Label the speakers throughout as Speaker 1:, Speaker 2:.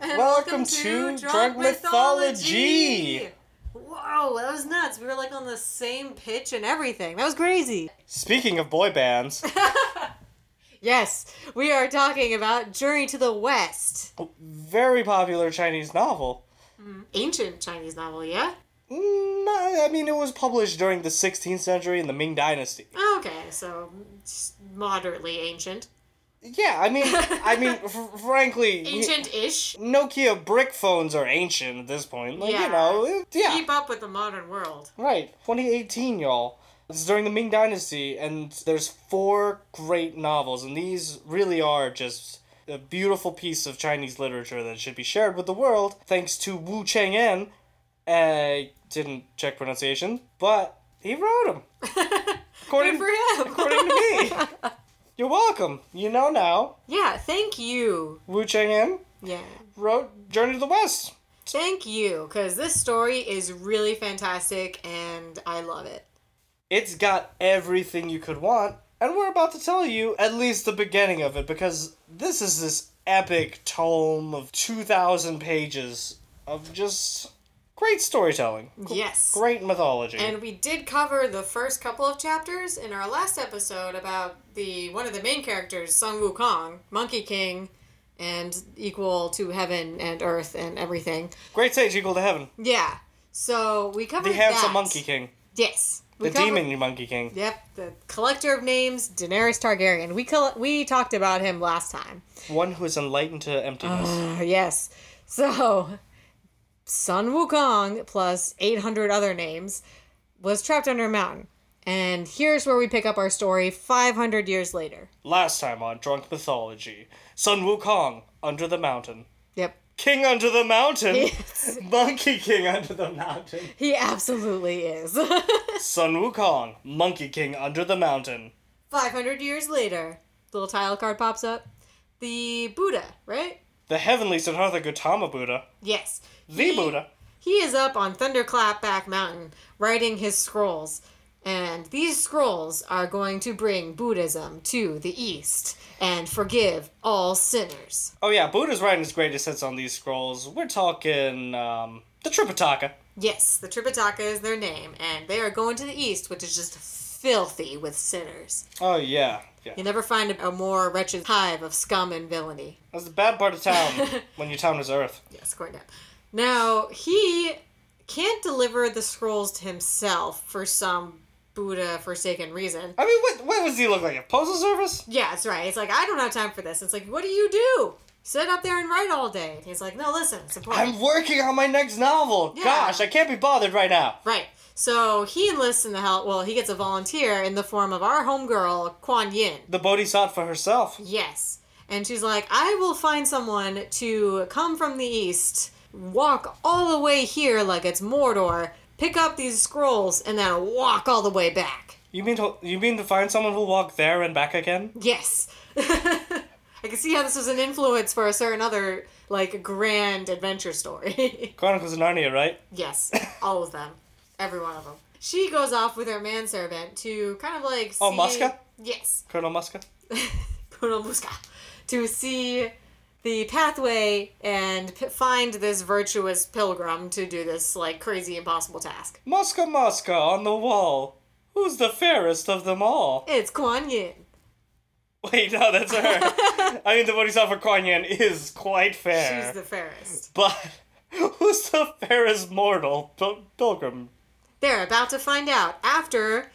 Speaker 1: welcome to Drug Mythology.
Speaker 2: Whoa, that was nuts. We were like on the same pitch and everything. That was crazy.
Speaker 1: Speaking of boy bands,
Speaker 2: Yes, we are talking about Journey to the West.
Speaker 1: very popular Chinese novel.
Speaker 2: Ancient Chinese novel, yeah?
Speaker 1: Mm, I I mean, it was published during the 16th century in the Ming Dynasty.
Speaker 2: Okay, so just moderately ancient.
Speaker 1: Yeah, I mean, I mean, fr- frankly, y-
Speaker 2: Ancient ish.
Speaker 1: Nokia brick phones are ancient at this point. Like
Speaker 2: Yeah.
Speaker 1: you know, it- yeah,
Speaker 2: Keep up with the modern world.
Speaker 1: right. 2018, y'all. This is during the Ming Dynasty, and there's four great novels, and these really are just a beautiful piece of Chinese literature that should be shared with the world. Thanks to Wu Chang'an. I didn't check pronunciation, but he wrote them.
Speaker 2: Good
Speaker 1: according,
Speaker 2: for him.
Speaker 1: according to me. You're welcome. You know now.
Speaker 2: yeah, thank you.
Speaker 1: Wu Chang'an
Speaker 2: Yeah.
Speaker 1: wrote Journey to the West.
Speaker 2: Thank you, because this story is really fantastic and I love it.
Speaker 1: It's got everything you could want, and we're about to tell you at least the beginning of it because this is this epic tome of 2,000 pages of just great storytelling,
Speaker 2: Yes.
Speaker 1: great mythology.
Speaker 2: And we did cover the first couple of chapters in our last episode about the one of the main characters, Sung Wukong, Monkey King, and equal to heaven and earth and everything.
Speaker 1: great sage equal to heaven.
Speaker 2: Yeah. So we covered
Speaker 1: The handsome
Speaker 2: that.
Speaker 1: monkey king,
Speaker 2: Yes. We
Speaker 1: the
Speaker 2: covered-
Speaker 1: demon monkey king.
Speaker 2: Yep, the collector of names, Daenerys Targaryen. We col- we talked about him last time.
Speaker 1: One who is enlightened to emptiness.
Speaker 2: Uh, yes. So, Sun Wukong plus 800 other names was trapped under a mountain. And here's where we pick up our story 500 years later.
Speaker 1: Last time on Drunk Mythology, Sun Wukong under the mountain.
Speaker 2: Yep.
Speaker 1: King under the mountain. Monkey King under the mountain.
Speaker 2: He absolutely is.
Speaker 1: Sun Wukong, Monkey King under the mountain.
Speaker 2: 500 years later, little tile card pops up. The Buddha, right?
Speaker 1: The heavenly Siddhartha Gautama Buddha.
Speaker 2: Yes.
Speaker 1: The
Speaker 2: He-
Speaker 1: Buddha.
Speaker 2: He is up on Thunderclap Back Mountain writing his scrolls. And these scrolls are going to bring Buddhism to the East and forgive all sinners.
Speaker 1: Oh yeah, Buddha's writing his greatest hits on these scrolls. We're talking um, the Tripitaka.
Speaker 2: Yes, the Tripitaka is their name, and they are going to the East, which is just filthy with sinners.
Speaker 1: Oh yeah, yeah.
Speaker 2: You never find a, a more wretched hive of scum and villainy.
Speaker 1: That's the bad part of town when your town is Earth.
Speaker 2: Yes, Cornab. Now, he can't deliver the scrolls to himself for some Buddha forsaken reason.
Speaker 1: I mean, what what does he look like? A postal service?
Speaker 2: Yeah, that's right. It's like, I don't have time for this. It's like, what do you do? Sit up there and write all day. And he's like, no, listen, it's important.
Speaker 1: I'm working on my next novel.
Speaker 2: Yeah.
Speaker 1: Gosh, I can't be bothered right now.
Speaker 2: Right. So he enlists in the help. Well, he gets a volunteer in the form of our homegirl, Kuan Yin.
Speaker 1: The Bodhisattva herself.
Speaker 2: Yes. And she's like, I will find someone to come from the east, walk all the way here like it's Mordor, pick up these scrolls, and then walk all the way back.
Speaker 1: You mean to, you mean to find someone who'll walk there and back again?
Speaker 2: Yes. I can see how this was an influence for a certain other, like, grand adventure story.
Speaker 1: Chronicles of Narnia, right?
Speaker 2: Yes, all of them. Every one of them. She goes off with her manservant to kind of like see...
Speaker 1: Oh, Muska?
Speaker 2: Yes.
Speaker 1: Colonel Muska.
Speaker 2: Puno Muska. To see the pathway and p- find this virtuous pilgrim to do this like crazy impossible task.
Speaker 1: Muska Muska on the wall. Who's the fairest of them all?
Speaker 2: It's Kuan Yin.
Speaker 1: Wait, no, that's her. I mean, the Bodhisattva Kuan Yin is quite fair.
Speaker 2: She's the fairest.
Speaker 1: But who's the fairest mortal? Pil- Pilgrim.
Speaker 2: They're about to find out after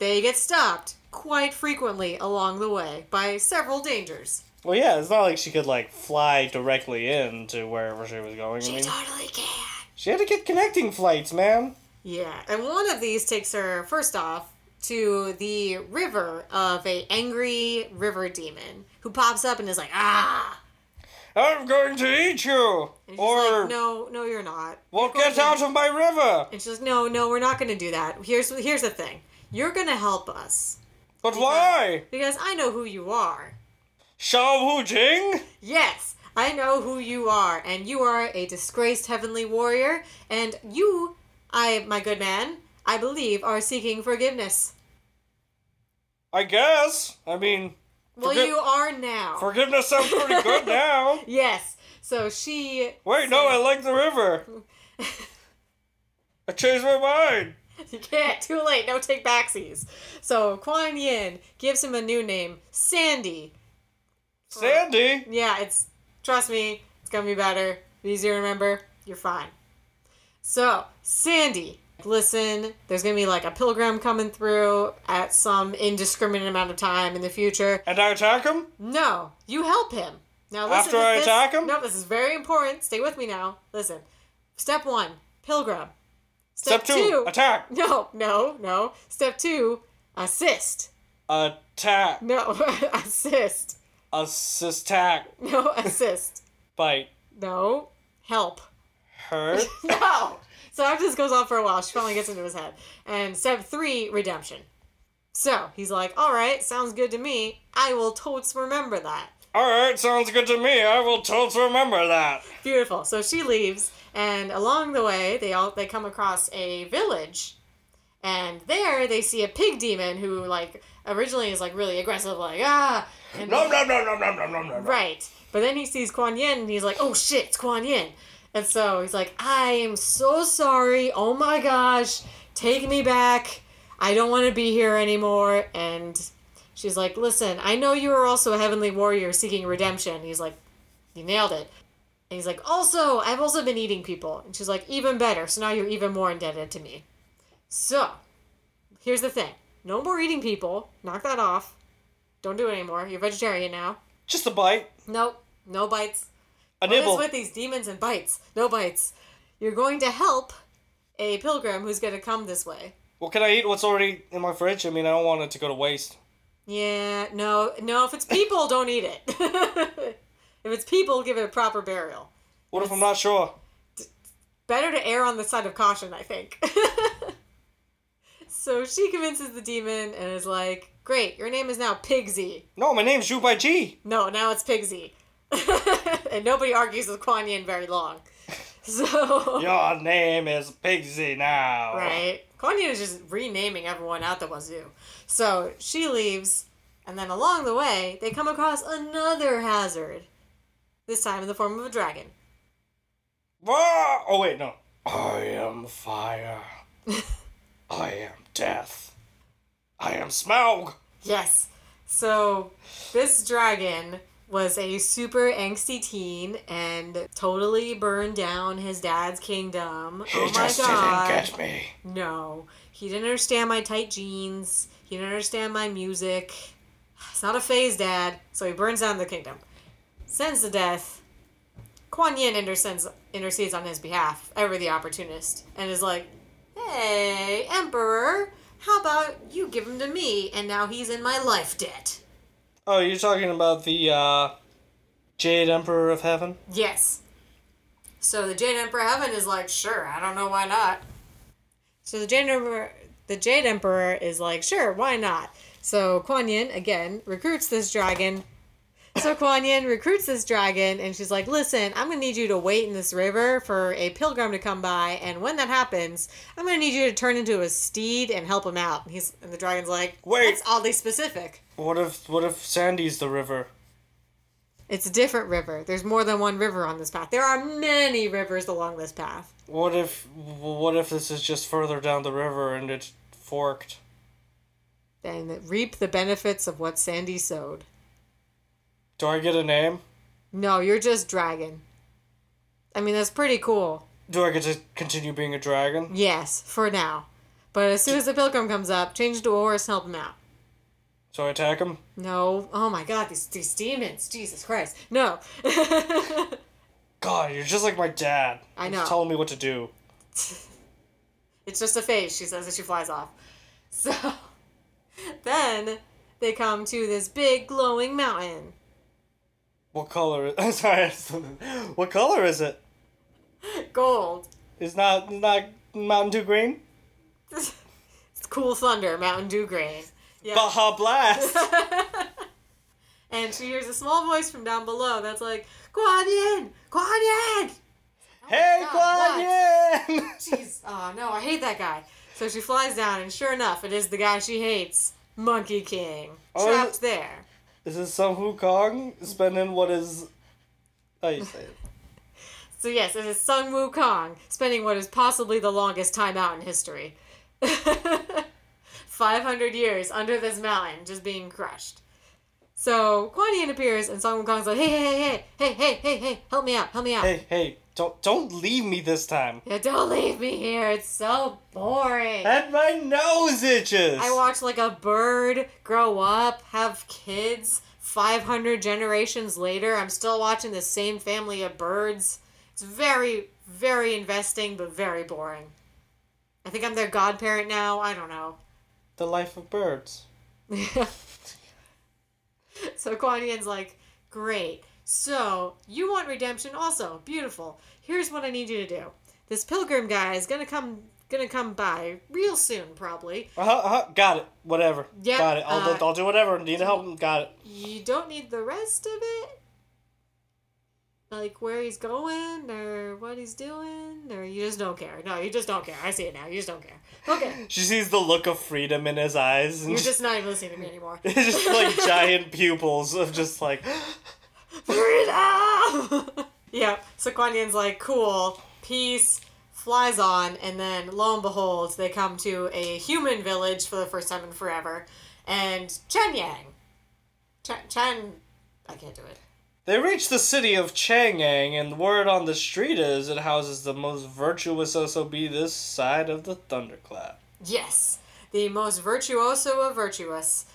Speaker 2: they get stopped quite frequently along the way by several dangers.
Speaker 1: Well, yeah, it's not like she could, like, fly directly in to wherever she was going. I
Speaker 2: She
Speaker 1: mean,
Speaker 2: totally can.
Speaker 1: she had to get connecting flights, man.
Speaker 2: Yeah, and one of these takes her first off to the river of a angry river demon who pops up and is like, "Ah!"
Speaker 1: I'm going to eat you!
Speaker 2: And she's
Speaker 1: Or
Speaker 2: like, "No, no, you're not."
Speaker 1: won't
Speaker 2: You're
Speaker 1: get
Speaker 2: going
Speaker 1: out
Speaker 2: to-"
Speaker 1: of my river!
Speaker 2: And she's like, "No, no, we're not going to do that. Here's here's the thing. You're going to help us
Speaker 1: But why?
Speaker 2: because I know who you are.
Speaker 1: Shao Wu Jing?
Speaker 2: Yes, I know who you are, and you are a disgraced heavenly warrior, and you, I, my good man, I believe, are seeking forgiveness.
Speaker 1: I guess. I mean,
Speaker 2: Well,
Speaker 1: Forgi-
Speaker 2: you are now."
Speaker 1: forgiveness sounds pretty good now.
Speaker 2: Yes. So she.
Speaker 1: Wait, no, I like the river. I changed my mind.
Speaker 2: You can't. Too late. No take backsies. So Kuan Yin gives him a new name, Sandy.
Speaker 1: Sandy.
Speaker 2: Yeah, it's. Trust me, it's gonna be better. Easier to remember. You're fine. So Sandy, listen. There's gonna be like a pilgrim coming through at some indiscriminate amount of time in the future.
Speaker 1: And I attack him?
Speaker 2: No, you help him. Now listen.
Speaker 1: After
Speaker 2: to
Speaker 1: I
Speaker 2: this-
Speaker 1: attack him?
Speaker 2: No, this is very important. Stay with me now. Listen. Step one, pilgrim.
Speaker 1: Step, two, Attack.
Speaker 2: No, no, no. Step two, assist.
Speaker 1: Attack.
Speaker 2: No, assist.
Speaker 1: Assist attack.
Speaker 2: No, assist.
Speaker 1: Bite.
Speaker 2: No, help.
Speaker 1: Hurt.
Speaker 2: No. So after this goes on for a while, she finally gets into his head. And step three, redemption. So he's like, all right, sounds good to me. I will totes remember that.
Speaker 1: Alright, sounds good to me. I will totally remember that.
Speaker 2: Beautiful. So she leaves, and along the way, they all they come across a village, and there they see a pig demon who like originally is like really aggressive, like ah, and
Speaker 1: Nom nom nom nom nom nom nom nom.
Speaker 2: right. But then he sees Kuan Yin, and he's like, oh shit, it's Kuan Yin, and so he's like, I am so sorry. Oh my gosh, take me back. I don't want to be here anymore. And she's like, listen, I know you are also a heavenly warrior seeking redemption. He's like, you nailed it. And he's like, also, I've also been eating people. And she's like, even better. So now you're even more indebted to me. So, here's the thing no more eating people. Knock that off. Don't do it anymore. You're vegetarian now.
Speaker 1: Just a bite.
Speaker 2: Nope. No bites.
Speaker 1: A
Speaker 2: What is
Speaker 1: nibble.
Speaker 2: with these demons and bites? No bites. You're going to help a pilgrim who's going to come this way.
Speaker 1: Well, can I eat what's already in my fridge? I mean, I don't want it to go to waste.
Speaker 2: Yeah, no, no, if it's people, don't eat it. if it's people, give it a proper burial.
Speaker 1: What if I'm not sure?
Speaker 2: better to err on the side of caution, I think. so she convinces the demon and is like, Great, your name is now Pigsy.
Speaker 1: No, my name's Zhu Bai Ji.
Speaker 2: No, now it's Pigsy. and nobody argues with Kuan Yin very long. So,
Speaker 1: Your name is Pigsy now.
Speaker 2: right? Kuan Yin is just renaming everyone out the wazoo. So she leaves, and then along the way, they come across another hazard, this time in the form of a dragon.
Speaker 1: Roar! Oh, wait, no. I am fire. I am death. I am Smaug.
Speaker 2: Yes. So this dragon was a super angsty teen and totally burned down his dad's kingdom. oh my god.
Speaker 1: didn't get me.
Speaker 2: no. He didn't understand my tight jeans. He didn't understand my music. It's not a phase, Dad. So he burns down the kingdom. Sends to death. Kuan Yin intercedes, intercedes on his behalf, ever the opportunist, and is like, Hey, Emperor, how about you give him to me, and now he's in my life debt?
Speaker 1: Oh, you're talking about the uh, Jade Emperor of Heaven?
Speaker 2: Yes. So the Jade Emperor Heaven is like, sure, I don't know why not. So the Jade Emperor, the Jade Emperor is like, sure, why not? So Kuan Yin again recruits this dragon. So Kuan Yin recruits this dragon, and she's like, listen, I'm gonna need you to wait in this river for a pilgrim to come by, and when that happens, I'm gonna need you to turn into a steed and help him out. And he's and the dragon's like,
Speaker 1: Wait.
Speaker 2: that's oddly specific.
Speaker 1: What if what if Sandy's the river?
Speaker 2: It's a different river. There's more than one river on this path. There are many rivers along this path.
Speaker 1: What if what if this is just further down the river and it's forked?
Speaker 2: and reap the benefits of what Sandy sowed.
Speaker 1: Do I get a name?
Speaker 2: No, you're just dragon. I mean, that's pretty cool.
Speaker 1: Do I get to continue being a dragon?
Speaker 2: Yes, for now. But as soon as the pilgrim comes up, change to a horse and help him out.
Speaker 1: So I attack him?
Speaker 2: No. Oh my god, these, these demons. Jesus Christ. No.
Speaker 1: God, you're just like my dad.
Speaker 2: I
Speaker 1: He's
Speaker 2: know.
Speaker 1: telling me what to do.
Speaker 2: It's just a phase, she says as she flies off. So then they come to this big glowing mountain.
Speaker 1: What color is sorry, what color is it?
Speaker 2: Gold.
Speaker 1: It's not it's not Mountain Dew Green?
Speaker 2: it's cool thunder, Mountain Dew grain. Yeah.
Speaker 1: Baja
Speaker 2: Oh
Speaker 1: Blast!
Speaker 2: And she hears a small voice from down below that's like, Guan Yin! Guan Yin!
Speaker 1: hey
Speaker 2: God,
Speaker 1: Guan Yin!
Speaker 2: Jeez, oh no, I hate that guy. So she flies down, and sure enough, it is the guy she hates, Monkey King,
Speaker 1: Oh, is
Speaker 2: trapped
Speaker 1: it-
Speaker 2: there.
Speaker 1: Is this some Wukong spending what is how you say it?
Speaker 2: So yes, it is Sung Wukong spending what is possibly the longest time out in history. 500 years under this mountain just being crushed. So Kuan Yin appears and Song Wukong's like, hey, hey, hey, hey, hey, hey, hey, hey, help me out, help me out.
Speaker 1: Hey, hey, don't don't leave me this time.
Speaker 2: Yeah, don't leave me here. It's so boring.
Speaker 1: And my nose itches.
Speaker 2: I watched like a bird grow up, have kids. 500 generations later, I'm still watching the same family of birds. It's very, very investing, but very boring. I think I'm their godparent now. I don't know.
Speaker 1: the life of birds.
Speaker 2: so Kuan Yin's like, great. So you want redemption also. Beautiful. Here's what I need you to do. This pilgrim guy is gonna come gonna come by real soon, probably.
Speaker 1: Uh huh. Uh-huh. Got it. Whatever.
Speaker 2: Yeah,
Speaker 1: Got it. I'll,
Speaker 2: uh,
Speaker 1: do- I'll do whatever. Need help? Got it.
Speaker 2: You don't need the rest of it? Like where he's going or what he's doing? Or you just don't care. No, you just don't care. I see it now. You just don't care. Okay.
Speaker 1: She sees the look of freedom in his eyes, and
Speaker 2: You're just not even listening to me anymore.
Speaker 1: it's just like giant pupils of just like.
Speaker 2: freedom. yeah. So Kuan Yin's like, cool, peace, flies on, and then lo and behold, they come to a human village for the first time in forever, and Chen Yang, Chen, Chen, I can't do it.
Speaker 1: They reach the city of Changyang, and word on the street is it houses the most virtuous SOB this side of the thunderclap.
Speaker 2: Yes, the most virtuoso of virtuous,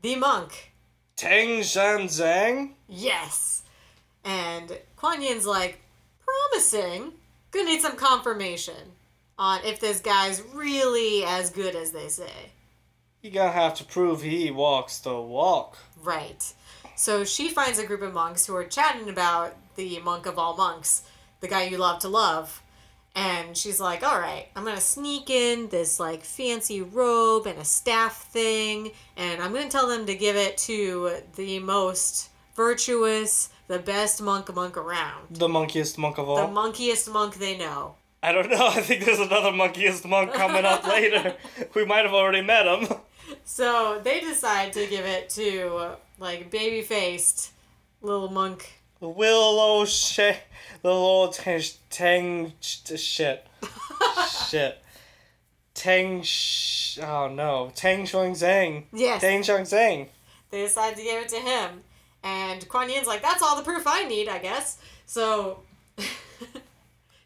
Speaker 2: the monk.
Speaker 1: Tang Shanzang?
Speaker 2: Yes, and Kuan Yin's like, promising. Gonna need some confirmation on if this guy's really as good as they say.
Speaker 1: You gonna have to prove he walks the walk.
Speaker 2: Right. So she finds a group of monks who are chatting about the monk of all monks, the guy you love to love. And she's like, all right, I'm going to sneak in this like fancy robe and a staff thing. And I'm going to tell them to give it to the most virtuous, the best monk monk around.
Speaker 1: The monkiest monk of all.
Speaker 2: The monkiest monk they know.
Speaker 1: I don't know. I think there's another monkiest monk coming up later. We might have already met him.
Speaker 2: So they decide to give it to like baby faced little monk
Speaker 1: Willow shit. The little tang, tang sh- shit. shit. Tang sh- Oh no. Tang Shuang Zhang.
Speaker 2: Yes.
Speaker 1: Tang Shuang Zhang.
Speaker 2: they decide to give it to him. And Kuan Yin's like, that's all the proof I need, I guess. So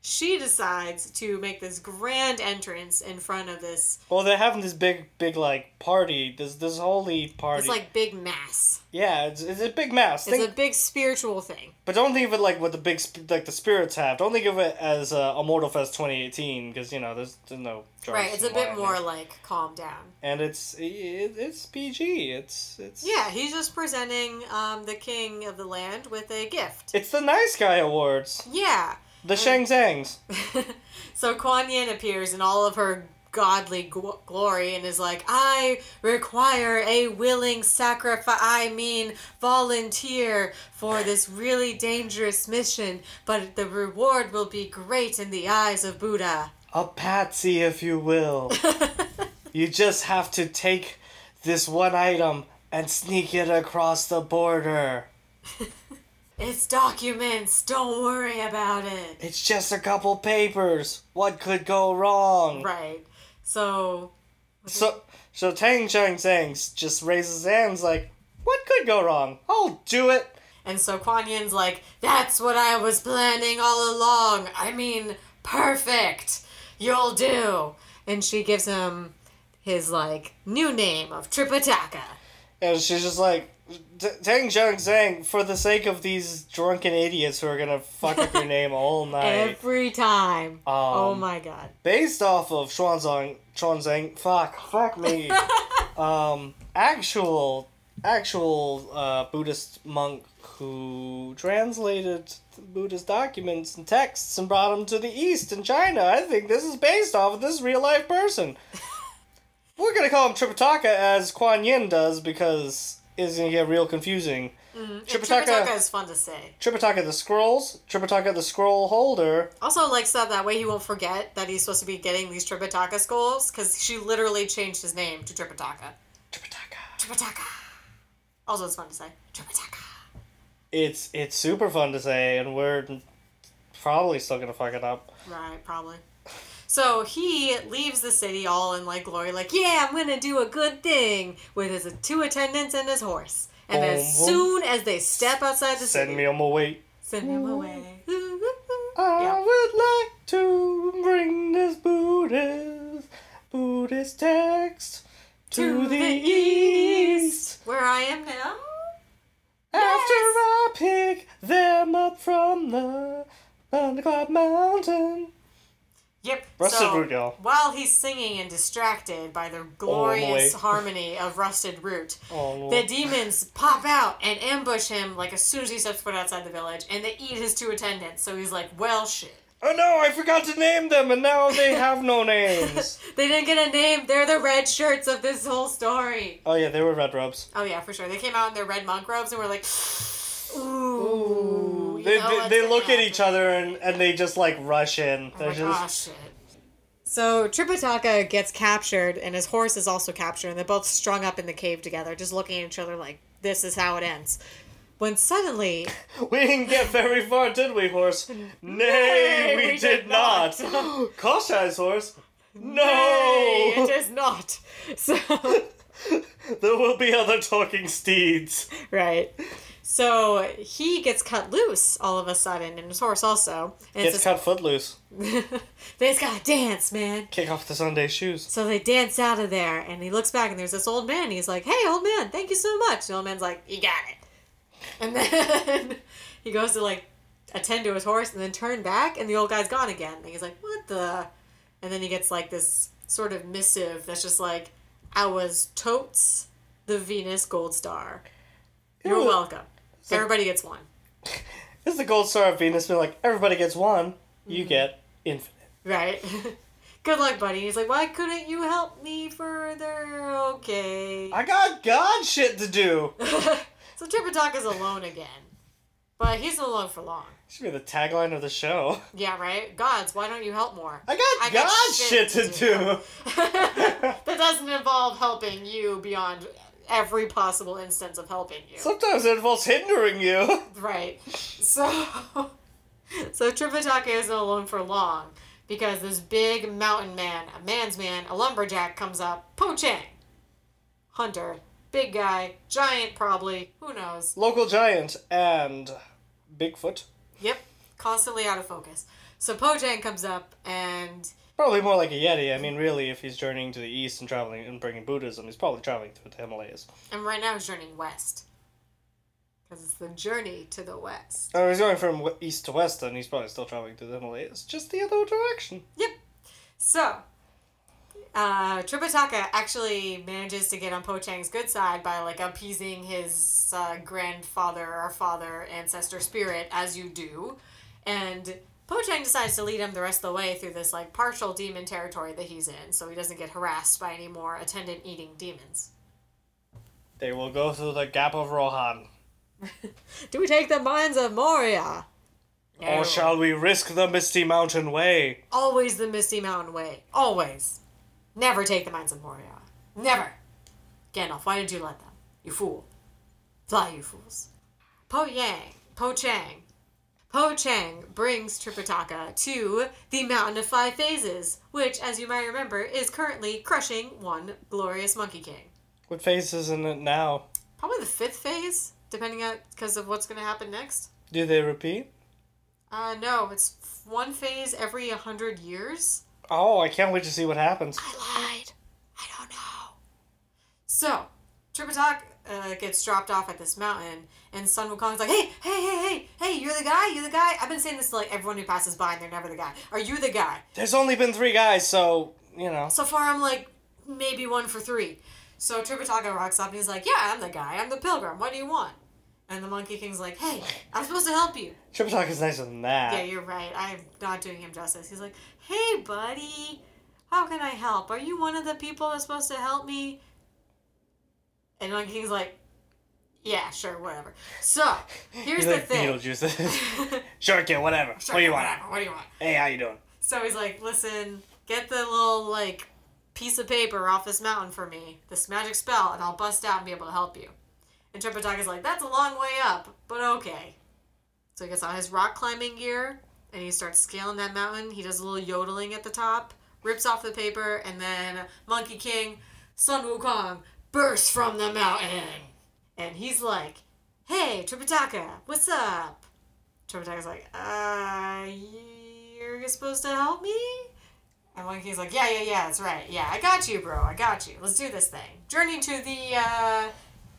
Speaker 2: she decides to make this grand entrance in front of this,
Speaker 1: Well, they're having this big, big, like, party. This this holy party.
Speaker 2: this like big mass.
Speaker 1: yeah, it's, it's a big mass.
Speaker 2: It's
Speaker 1: Think,
Speaker 2: a big spiritual thing.
Speaker 1: but don't think of it like what the big, sp- like, the spirits have. Don't think of it as uh, Immortal Fest 2018, because, you know, there's, there's no drugs.
Speaker 2: Right, it's a
Speaker 1: and wine
Speaker 2: bit
Speaker 1: in
Speaker 2: more
Speaker 1: it.
Speaker 2: like calm down.
Speaker 1: and it's it, it's PG. It's it's
Speaker 2: Yeah, he's just presenting um, the king of the land with a gift.
Speaker 1: It's the Nice Guy Awards.
Speaker 2: Yeah.
Speaker 1: The Shang Zangs.
Speaker 2: So Kuan Yin appears in all of her godly gl- glory and is like, I require a willing sacrifice, I mean, volunteer for this really dangerous mission, but the reward will be great in the eyes of Buddha.
Speaker 1: A patsy, if you will. you just have to take this one item and sneak it across the border.
Speaker 2: It's documents, don't worry about it.
Speaker 1: It's just a couple papers. What could go wrong?
Speaker 2: Right. So,
Speaker 1: So so Tang Shang Zangs just raises his hands like, what could go wrong? I'll do it.
Speaker 2: and so Kuan Yin's like, that's what I was planning all along. I mean, perfect. You'll do. And she gives him his like new name of Tripitaka.
Speaker 1: And she's just like, "T- Tang Zhang Zhang, for the sake of these drunken idiots who are gonna fuck up your name all night.
Speaker 2: Every time. oh
Speaker 1: Um,
Speaker 2: my god.
Speaker 1: Based off of Xuanzang, Xuanzang, fuck, fuck me. um, actual, actual uh, Buddhist monk who translated Buddhist documents and texts and brought them to the East in China. I think this is based off of this real life person. We're gonna call him Tripitaka as Kuan Yin does because it's gonna get real confusing.
Speaker 2: Tripitaka.
Speaker 1: Tripitaka,
Speaker 2: is fun to say.
Speaker 1: Tripitaka the Scrolls, Tripitaka the Scroll Holder.
Speaker 2: Also, like, so that way he won't forget that he's supposed to be getting these Tripitaka skulls because she literally changed his name to Tripitaka.
Speaker 1: Tripitaka.
Speaker 2: Tripitaka. Also, it's fun to say. Tripitaka.
Speaker 1: It's it's super fun to say, and we're probably still gonna fuck it up.
Speaker 2: Right, probably. So he leaves the city all in like glory, like, yeah, I'm gonna do a good thing with his two attendants and his horse. And as
Speaker 1: Oh,
Speaker 2: soon as they step outside the
Speaker 1: Send
Speaker 2: city,
Speaker 1: me on my way.
Speaker 2: send him away.
Speaker 1: I
Speaker 2: Yeah.
Speaker 1: would like to bring this Buddhist Buddhist text to, the, east.
Speaker 2: Where I am now?
Speaker 1: After I pick them up from the Thundercloud Mountain.
Speaker 2: Yep.
Speaker 1: Rusted
Speaker 2: so,
Speaker 1: Root Gal.
Speaker 2: While he's singing and distracted by the glorious
Speaker 1: boy.
Speaker 2: harmony of Rusted Root,
Speaker 1: Oh,
Speaker 2: the demons pop out and ambush him like as soon as he steps foot outside the village, and they eat his two attendants. So he's like, well, shit.
Speaker 1: oh no, I forgot to name them, and now they have no names.
Speaker 2: They didn't get a name. They're the red shirts of this whole story.
Speaker 1: oh yeah, they were red robes.
Speaker 2: Oh yeah, for sure. They came out in their red monk robes and were like, ooh. you
Speaker 1: They,
Speaker 2: know
Speaker 1: they,
Speaker 2: what's
Speaker 1: they
Speaker 2: gonna
Speaker 1: look at
Speaker 2: happen.
Speaker 1: each other and, and they just like rush in.
Speaker 2: Oh
Speaker 1: They're
Speaker 2: my
Speaker 1: just
Speaker 2: gosh, shit. So Tripitaka gets captured and his horse is also captured and they're both strung up in the cave together, just looking at each other like, this is how it ends. When suddenly
Speaker 1: We didn't get very far, did we, horse? Nay, we, did not. Koshai's horse?
Speaker 2: Hey,
Speaker 1: No!
Speaker 2: it is not. So
Speaker 1: there will be other talking steeds.
Speaker 2: Right. So he gets cut loose all of a sudden, and his horse also. And
Speaker 1: It's
Speaker 2: it's
Speaker 1: cut footloose.
Speaker 2: just, they just gotta dance, man.
Speaker 1: Kick off the Sunday shoes.
Speaker 2: So they dance out of there, and he looks back, and there's this old man. And he's like, "Hey, old man, thank you so much." The old man's like, "You got it." And then he goes to like attend to his horse, and then turn back, and the old guy's gone again. And he's like, "What the?" And then he gets like this sort of missive that's just like, "I was totes the Venus Gold Star. You're
Speaker 1: Ew.
Speaker 2: welcome. Everybody gets one."
Speaker 1: This is the gold star of Venus. Been like everybody gets one.
Speaker 2: Mm-hmm.
Speaker 1: You get infinite.
Speaker 2: Right. Good luck, buddy. He's like, why couldn't you help me further? Okay.
Speaker 1: I got God shit to do.
Speaker 2: So Tripitaka is alone again. But he's alone for long.
Speaker 1: Should be the tagline of the show.
Speaker 2: Yeah, right? Gods, why don't you help more?
Speaker 1: I got
Speaker 2: I
Speaker 1: God
Speaker 2: got
Speaker 1: shit,
Speaker 2: shit
Speaker 1: to,
Speaker 2: to
Speaker 1: do.
Speaker 2: that doesn't involve helping you beyond every possible instance of helping you.
Speaker 1: Sometimes it involves hindering you.
Speaker 2: right. So So Tripitaka isn't alone for long because this big mountain man, a man's man, a lumberjack comes up, Po Chang. Hunter. Big guy, giant probably, who knows?
Speaker 1: Local giant and Bigfoot.
Speaker 2: Yep. Constantly out of focus. So Po Chang comes up and
Speaker 1: Probably more like a Yeti. I mean, really, if he's journeying to the east and traveling and bringing Buddhism, he's probably traveling through the Himalayas.
Speaker 2: And right now he's journeying west. Because it's the journey to the west.
Speaker 1: Or he's going from w- east to west, and he's probably still traveling through the Himalayas, just the other direction.
Speaker 2: Yep. So, uh, Tripitaka actually manages to get on Po Chang's good side by, like, appeasing his uh, grandfather or father ancestor spirit, as you do. And Po Chang decides to lead him the rest of the way through this, like, partial demon territory that he's in, so he doesn't get harassed by any more attendant eating demons.
Speaker 1: They will go through the Gap of Rohan.
Speaker 2: Do we take the mines of Moria? Oh.
Speaker 1: Or shall we risk the Misty Mountain Way?
Speaker 2: always the Misty Mountain way. Always. Never take the Mines of Moria. Never. Gandalf, why did you let them? You fool. Fly, you fools. Po Yang, Po Chang. Po Chang brings Tripitaka to the Mountain of Five Phases, which, as you might remember, is currently crushing one glorious Monkey King.
Speaker 1: What phase is in it now?
Speaker 2: Probably the fifth phase, depending on because of what's going to happen next.
Speaker 1: Do they repeat?
Speaker 2: Uh, no, it's one phase every 100 years.
Speaker 1: Oh, I can't wait to see what happens.
Speaker 2: I lied. I don't know. So, Tripitaka uh, gets dropped off at this mountain, and Sun Wukong's like, hey, hey, hey, hey, hey, you're the guy, you're the guy. I've been saying this to like everyone who passes by, and they're never the guy. Are you the guy?
Speaker 1: There's only been three guys, so, you know.
Speaker 2: So far, I'm like maybe one for three. So Tripitaka rocks up and he's like, yeah, I'm the guy, I'm the pilgrim. What do you want? And the Monkey King's like, hey, I'm supposed to help you.
Speaker 1: Tripitaka is nicer than that.
Speaker 2: Yeah, you're right. I'm not doing him justice. He's like, hey, buddy, how can I help? Are you one of the people that's supposed to help me? And Monkey King's like, yeah, sure, whatever. So, here's
Speaker 1: He's
Speaker 2: the
Speaker 1: like
Speaker 2: thing.
Speaker 1: Beetlejuice. sure, kid, whatever. what do you want?
Speaker 2: Whatever, What do you want?
Speaker 1: Hey, how you doing?
Speaker 2: So he's like, listen, get the little, like, piece of paper off this mountain for me, this magic spell, and I'll bust out and be able to help you. And Tripitaka's like, that's a long way up, but okay. So he gets on his rock climbing gear and he starts scaling that mountain. He does a little yodeling at the top, rips off the paper, and then Monkey King, Sun Wukong, bursts from the mountain. And he's like, hey, Tripitaka, what's up? Tripitaka's like, uh, you're supposed to help me? And Monkey King's like, yeah, yeah, yeah, that's right. Yeah, I got you, bro. I got you. Let's do this thing. Journey to the, uh,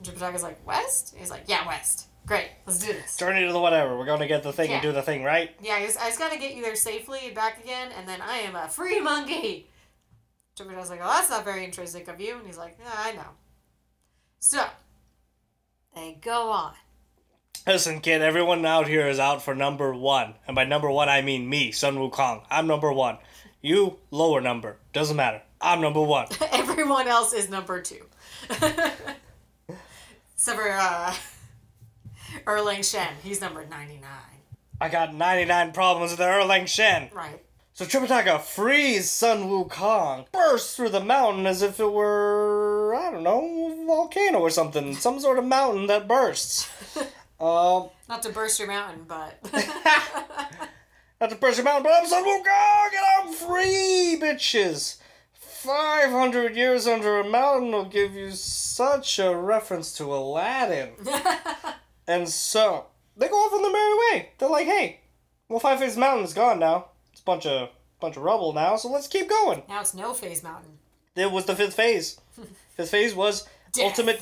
Speaker 2: Tripitaka's like, west? And he's like, yeah, west. Great, let's do this.
Speaker 1: Journey to the whatever. We're gonna get the thing
Speaker 2: Yeah.
Speaker 1: and do the thing, right?
Speaker 2: Yeah, I just, I just gotta get you there safely and back again, and then I am a free monkey. Jupiter's like, oh, that's not very intrinsic of you. And he's like, yeah, I know. So, they go on.
Speaker 1: Listen, kid, everyone out here is out for number one. And by number one, I mean me, Sun Wukong. I'm number one. You, lower number. Doesn't matter. I'm number one.
Speaker 2: Everyone else is number two. Except for uh, Erlang Shen. He's number 99.
Speaker 1: I got 99 problems with the Erlang Shen.
Speaker 2: Right.
Speaker 1: So Tripitaka frees Sun Wukong, bursts through the mountain as if it were, I don't know, a volcano or something. Some sort of mountain that bursts. Um,
Speaker 2: Not to burst your mountain, but.
Speaker 1: Not to burst your mountain, but I'm Sun Wukong and I'm free, bitches. 500 years under a mountain will give you such a reference to Aladdin. and so, they go off on their merry way. They're like, hey, well, Five Face Mountain is gone now. It's a bunch of, bunch of rubble now, so let's keep going.
Speaker 2: now it's No Phase Mountain.
Speaker 1: It was the fifth phase. Fifth phase was
Speaker 2: Death.
Speaker 1: ultimate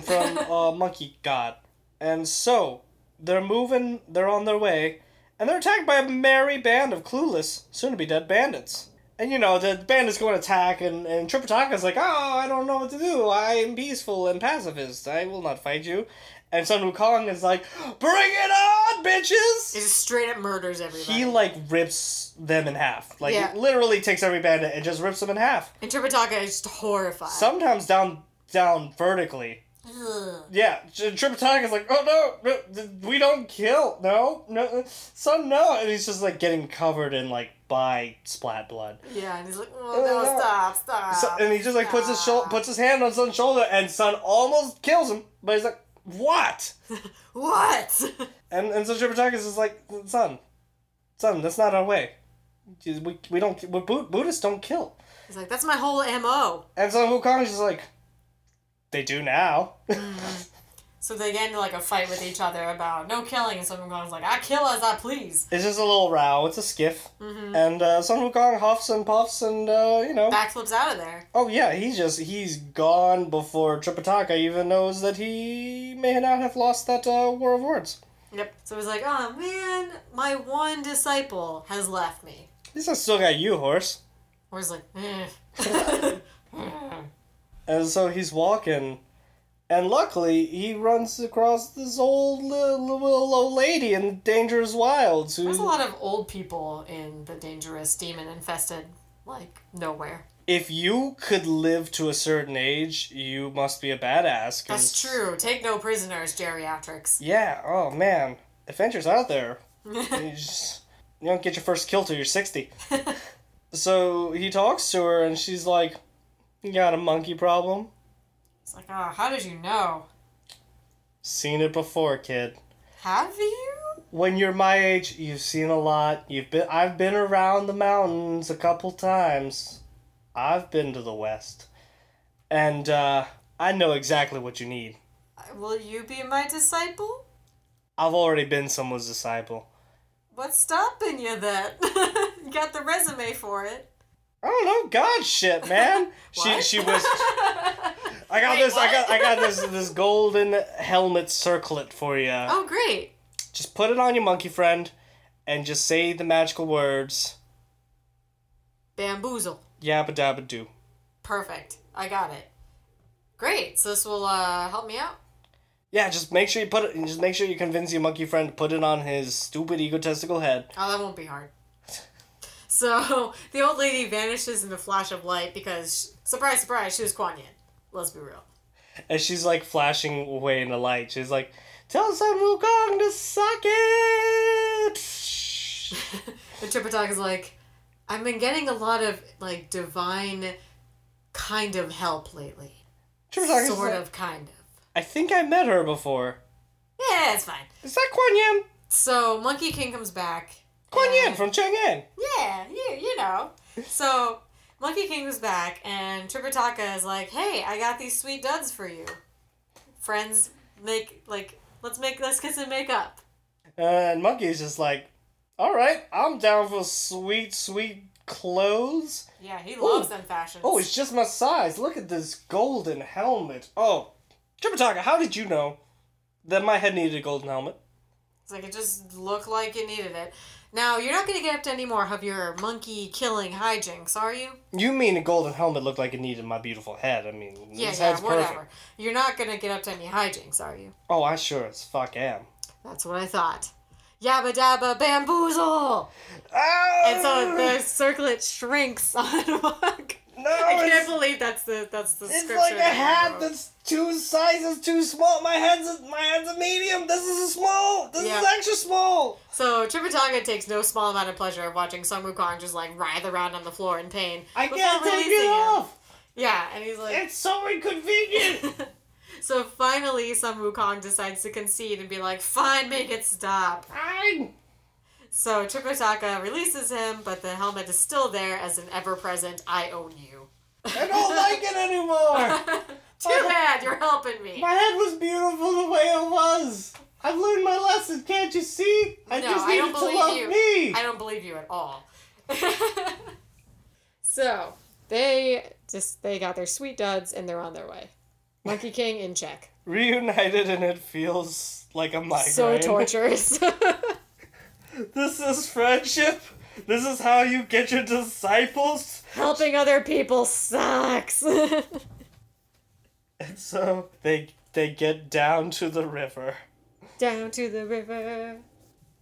Speaker 1: from uh, Monkey God. And so, they're moving, they're on their way, and they're attacked by a merry band of clueless, soon to be dead bandits. And you know, the bandits go and attack, and, and Tripitaka's like, Oh, I don't know what to do. I am peaceful and pacifist. I will not fight you. And Sun Wukong is like, Bring it on, bitches!
Speaker 2: It just straight up murders everybody.
Speaker 1: He, like, rips them in half. Like,
Speaker 2: Yeah.
Speaker 1: literally takes every bandit and just rips them in half
Speaker 2: and Tripitaka is just horrified.
Speaker 1: sometimes down down vertically.
Speaker 2: Ugh.
Speaker 1: Yeah, J- Tripitaka's like, oh no, no, th- we don't kill, no, no, son, no, and he's just like getting covered in like by splat blood.
Speaker 2: Yeah, and he's like,
Speaker 1: Oh,
Speaker 2: oh, no,
Speaker 1: no.
Speaker 2: stop, stop.
Speaker 1: So, and he just like puts his shou-
Speaker 2: Ah, stop."
Speaker 1: puts his hand on Son's shoulder, and Son almost kills him, but he's like, what?
Speaker 2: What?
Speaker 1: And and so Tripitaka's just like, Son, Son, that's not our way. We, we don't we Bud- Buddhists don't kill.
Speaker 2: he's like, that's my whole MO.
Speaker 1: And so Wukong's just like, they do now.
Speaker 2: So they get into like a fight with each other about no killing, and someone goes like, I kill as I please.
Speaker 1: It's just a little row. It's a skiff.
Speaker 2: Mm-hmm.
Speaker 1: And uh, Sun Wukong huffs and puffs and, uh, you know.
Speaker 2: Backflips out of there.
Speaker 1: Oh, yeah, he's just, he's gone before Tripitaka even knows that he may not have lost that uh, War of Words.
Speaker 2: Yep. So he's like, oh man, my one disciple has left me.
Speaker 1: At least I still got you, horse.
Speaker 2: Or he's like, eh.
Speaker 1: And so he's walking. And luckily, he runs across this old uh, little old lady in Dangerous Wilds
Speaker 2: There's a
Speaker 1: who,
Speaker 2: lot of old people in the dangerous demon infested, like, nowhere.
Speaker 1: if you could live to a certain age, you must be a badass. 'cause-
Speaker 2: That's true. Take no prisoners, geriatrics.
Speaker 1: Yeah. Oh man, adventures out there. you, just, you don't get your first kill till you're sixty. so he talks to her, and she's like, "You got a monkey problem?
Speaker 2: It's like, oh, how did you know?
Speaker 1: Seen it before, kid.
Speaker 2: Have you?
Speaker 1: When you're my age, you've seen a lot. You've been. I've been around the mountains a couple times. I've been to the west, and uh, I know exactly what you need.
Speaker 2: Will you be my disciple?
Speaker 1: I've already been someone's disciple.
Speaker 2: What's stopping you then? you got the resume for it.
Speaker 1: I don't know, Oh, God shit, man. she
Speaker 2: What?
Speaker 1: she was. I got
Speaker 2: Wait,
Speaker 1: this. I
Speaker 2: what?
Speaker 1: got I got this this golden helmet circlet for you.
Speaker 2: Oh, great.
Speaker 1: Just put it on your monkey friend, and just say the magical words
Speaker 2: Bamboozle.
Speaker 1: yabba dabba doo.
Speaker 2: Perfect. I got it. Great. So this will uh, help me out.
Speaker 1: Yeah, just make sure you put it. Just make sure you convince your monkey friend to put it on his stupid egotistical head.
Speaker 2: Oh, that won't be hard. So the old lady vanishes in a flash of light because, surprise, surprise, she was Kuan Yin. Let's be real.
Speaker 1: And she's like flashing away in the light. She's like, "Tell Sun Wukong to suck it."
Speaker 2: And Tripitaka's like, I've been getting a lot of like divine kind of help lately.
Speaker 1: Tripitaka's
Speaker 2: sort
Speaker 1: like,
Speaker 2: of, kind of.
Speaker 1: I think I met her before.
Speaker 2: Yeah, it's fine.
Speaker 1: Is that Kuan Yin?
Speaker 2: So Monkey King comes back
Speaker 1: Kuan Yin from Chang'an.
Speaker 2: Yeah, you, you know. So Monkey King was back, and Tripitaka is like, "Hey, I got these sweet duds for you. Friends, make like let's make let's kiss and make up."
Speaker 1: And Monkey's just like, all right, I'm down for sweet, sweet clothes.
Speaker 2: Yeah, he loves them fashions.
Speaker 1: Oh, it's just my size. Look at this golden helmet. Oh, Tripitaka, how did you know that my head needed a golden helmet?
Speaker 2: It's like it just looked like it needed it. Now you're not gonna get up to any more of your monkey killing hijinks, are you?
Speaker 1: You mean a golden helmet looked like it needed my beautiful head? I mean,
Speaker 2: Yeah,
Speaker 1: this
Speaker 2: yeah,
Speaker 1: head's
Speaker 2: whatever.
Speaker 1: perfect.
Speaker 2: You're not gonna get up to any hijinks, are you?
Speaker 1: Oh, I sure as fuck am.
Speaker 2: That's what I thought. Yabba dabba bamboozle!
Speaker 1: Ah!
Speaker 2: And so the circlet shrinks on Monk.
Speaker 1: no,
Speaker 2: I can't
Speaker 1: it's,
Speaker 2: believe that's the that's the
Speaker 1: it's
Speaker 2: scripture.
Speaker 1: like a
Speaker 2: that I
Speaker 1: hat
Speaker 2: wrote.
Speaker 1: that's two sizes too small. My head's my head's a medium. This is a small. This
Speaker 2: Yeah.
Speaker 1: is extra small.
Speaker 2: So Tripitaka takes no small amount of pleasure of watching Sun Wukong just like writhe around on the floor in pain.
Speaker 1: I
Speaker 2: without
Speaker 1: can't take
Speaker 2: releasing
Speaker 1: it
Speaker 2: him.
Speaker 1: off.
Speaker 2: Yeah, and he's like,
Speaker 1: It's so inconvenient.
Speaker 2: so finally, Sun Wukong decides to concede and be like, fine, make it stop.
Speaker 1: Fine.
Speaker 2: So Tripitaka releases him, but the helmet is still there as an ever present I own you.
Speaker 1: I don't like it anymore.
Speaker 2: Too bad, you're helping me.
Speaker 1: My head was beautiful the way it was. I've learned my lesson, can't you see? I
Speaker 2: No,
Speaker 1: just
Speaker 2: I
Speaker 1: needed
Speaker 2: don't
Speaker 1: to
Speaker 2: believe
Speaker 1: love
Speaker 2: you.
Speaker 1: me.
Speaker 2: I don't believe you at all. so they just they got their sweet duds and they're on their way. Monkey King in check.
Speaker 1: Reunited and it feels like a migraine.
Speaker 2: So torturous.
Speaker 1: This is friendship. This is how you get your disciples.
Speaker 2: Helping other people sucks.
Speaker 1: And so they they get down to the river.
Speaker 2: down to the river.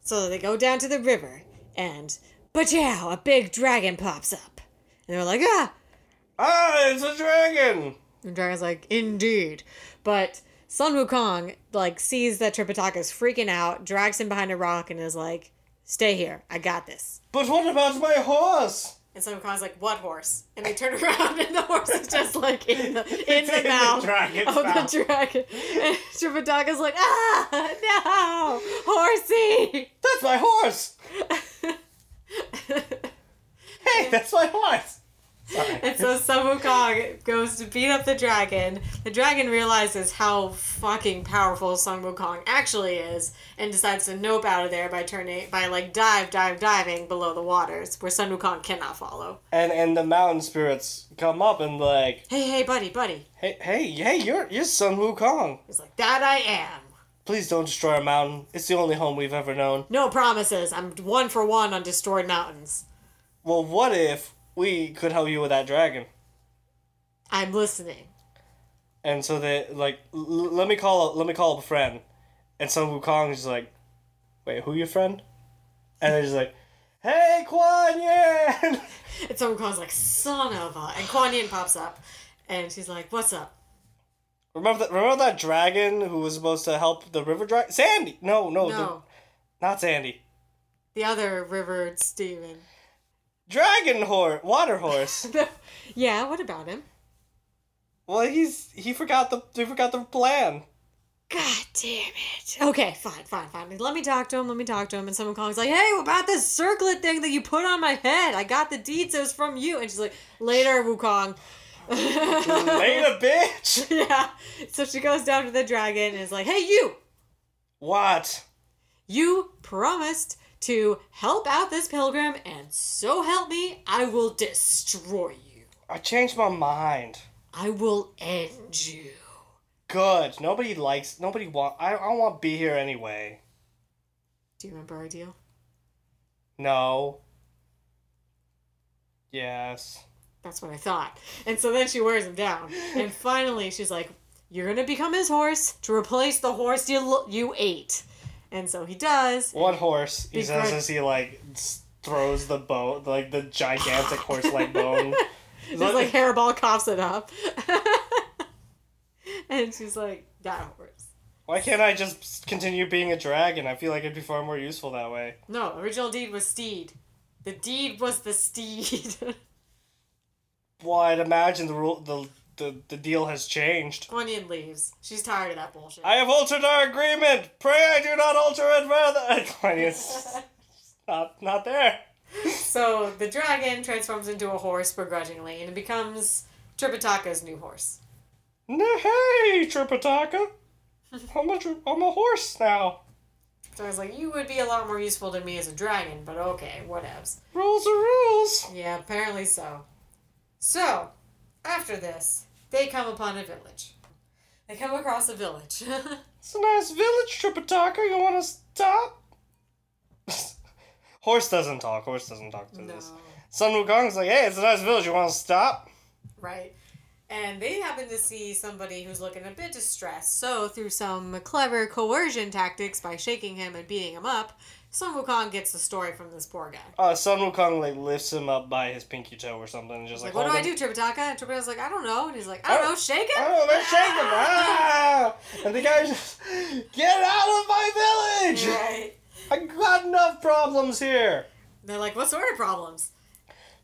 Speaker 2: So they go down to the river and but yeah, a big dragon pops up. And they're like, ah,
Speaker 1: Ah, it's a dragon.
Speaker 2: And Dragon's like, indeed. But Sun Wukong, like, sees that Tripitaka's freaking out, drags him behind a rock, and is like, stay here. I got this.
Speaker 1: But what about my horse?
Speaker 2: And Sun Wukong's like, what horse? And they turn around, and the horse is just, like, in the, in
Speaker 1: It's in
Speaker 2: the
Speaker 1: the
Speaker 2: mouth
Speaker 1: dragon's
Speaker 2: of
Speaker 1: mouth.
Speaker 2: Oh, the dragon. And Tripitaka's like, ah, no, horsey.
Speaker 1: That's my horse. Hey, that's my horse.
Speaker 2: And so Sun Wukong goes to beat up the dragon. The dragon realizes how fucking powerful Sun Wukong actually is and decides to nope out of there by turning by like dive, dive, diving below the waters where Sun Wukong cannot follow.
Speaker 1: And and the mountain spirits come up and like,
Speaker 2: Hey, hey, buddy, buddy.
Speaker 1: hey, hey, hey, you're you're Sun Wukong.
Speaker 2: He's like, that I am.
Speaker 1: Please don't destroy our mountain. It's the only home we've ever known.
Speaker 2: No promises. I'm one for one on destroyed mountains.
Speaker 1: Well, what if we could help you with that dragon?
Speaker 2: I'm listening.
Speaker 1: And so they like, l- l- let me call let me call up a friend, and Sun Wukong is like, wait, who your friend? And they're just like, hey, Quan Yin.
Speaker 2: And Sun Wukong's like, son of a. And Kuan Yin pops up and she's like, what's up?
Speaker 1: remember that? Remember that dragon who was supposed to help the river dragon? Sandy? No, no,
Speaker 2: No,
Speaker 1: The, not Sandy.
Speaker 2: the other river Steven.
Speaker 1: Dragon horse, water horse.
Speaker 2: yeah, what about him?
Speaker 1: well, he's he forgot the he forgot the plan.
Speaker 2: God damn it. Okay, fine, fine, fine. Let me talk to him, let me talk to him. And someone calls like, hey, what about this circlet thing that you put on my head? I got the deeds, it was from you. And she's like, later, Wukong.
Speaker 1: Later, bitch.
Speaker 2: yeah. So she goes down to the dragon and is like, hey, you,
Speaker 1: What?
Speaker 2: you promised to help out this pilgrim, and so help me, I will destroy you.
Speaker 1: I changed my mind.
Speaker 2: I will end you.
Speaker 1: Good. Nobody likes. Nobody want. I. I want to be here anyway.
Speaker 2: Do you remember our deal?
Speaker 1: No. Yes.
Speaker 2: That's what I thought. And so then she wears him down. And finally, she's like, "You're gonna become his horse to replace the horse you lo- you ate." And so he does.
Speaker 1: One horse. He
Speaker 2: Big
Speaker 1: says
Speaker 2: horse.
Speaker 1: as he like s- throws the bone, like the gigantic horse leg bone.
Speaker 2: It's like Hairball coughs it up. and she's like, "That horse."
Speaker 1: Why can't I just s- continue being a dragon? I feel like I'd be far more useful that way.
Speaker 2: No, original deed was steed. The deed was the steed.
Speaker 1: Well, I'd imagine the rule, the the, the deal has changed.
Speaker 2: Onion leaves. She's tired of that bullshit.
Speaker 1: I have altered our agreement. Pray I do not alter it. Rather, I Not, not there.
Speaker 2: So the dragon transforms into a horse begrudgingly and it becomes Tripitaka's new horse.
Speaker 1: No, hey, Tripitaka. I'm a, tri- I'm a horse now.
Speaker 2: So I was like, you would be a lot more useful to me as a dragon, but okay, whatevs.
Speaker 1: Rules are rules.
Speaker 2: Yeah, apparently so. So, after this, they come upon a village. They come across a village.
Speaker 1: It's a nice village, Tripitaka. You want to stop? horse doesn't talk. Horse doesn't talk to
Speaker 2: no.
Speaker 1: this. Sun Wukong's like, hey, it's a nice village. You want to stop?
Speaker 2: Right. And they happen to see somebody who's looking a bit distressed. So, through some clever coercion tactics by shaking him and beating him up, Sun Wukong gets the story from this poor guy.
Speaker 1: Uh, Sun Wukong like lifts him up by his pinky toe or something, and just like,
Speaker 2: Like, what do I
Speaker 1: hold him-
Speaker 2: do, Tripitaka? And Tripitaka's like, I don't know. And he's like, I don't
Speaker 1: Oh.
Speaker 2: know, shake him?
Speaker 1: Oh, they're shaking! Ah! And the guy's just, get out of my village!
Speaker 2: Right.
Speaker 1: I got enough problems here.
Speaker 2: They're like, what sort of problems?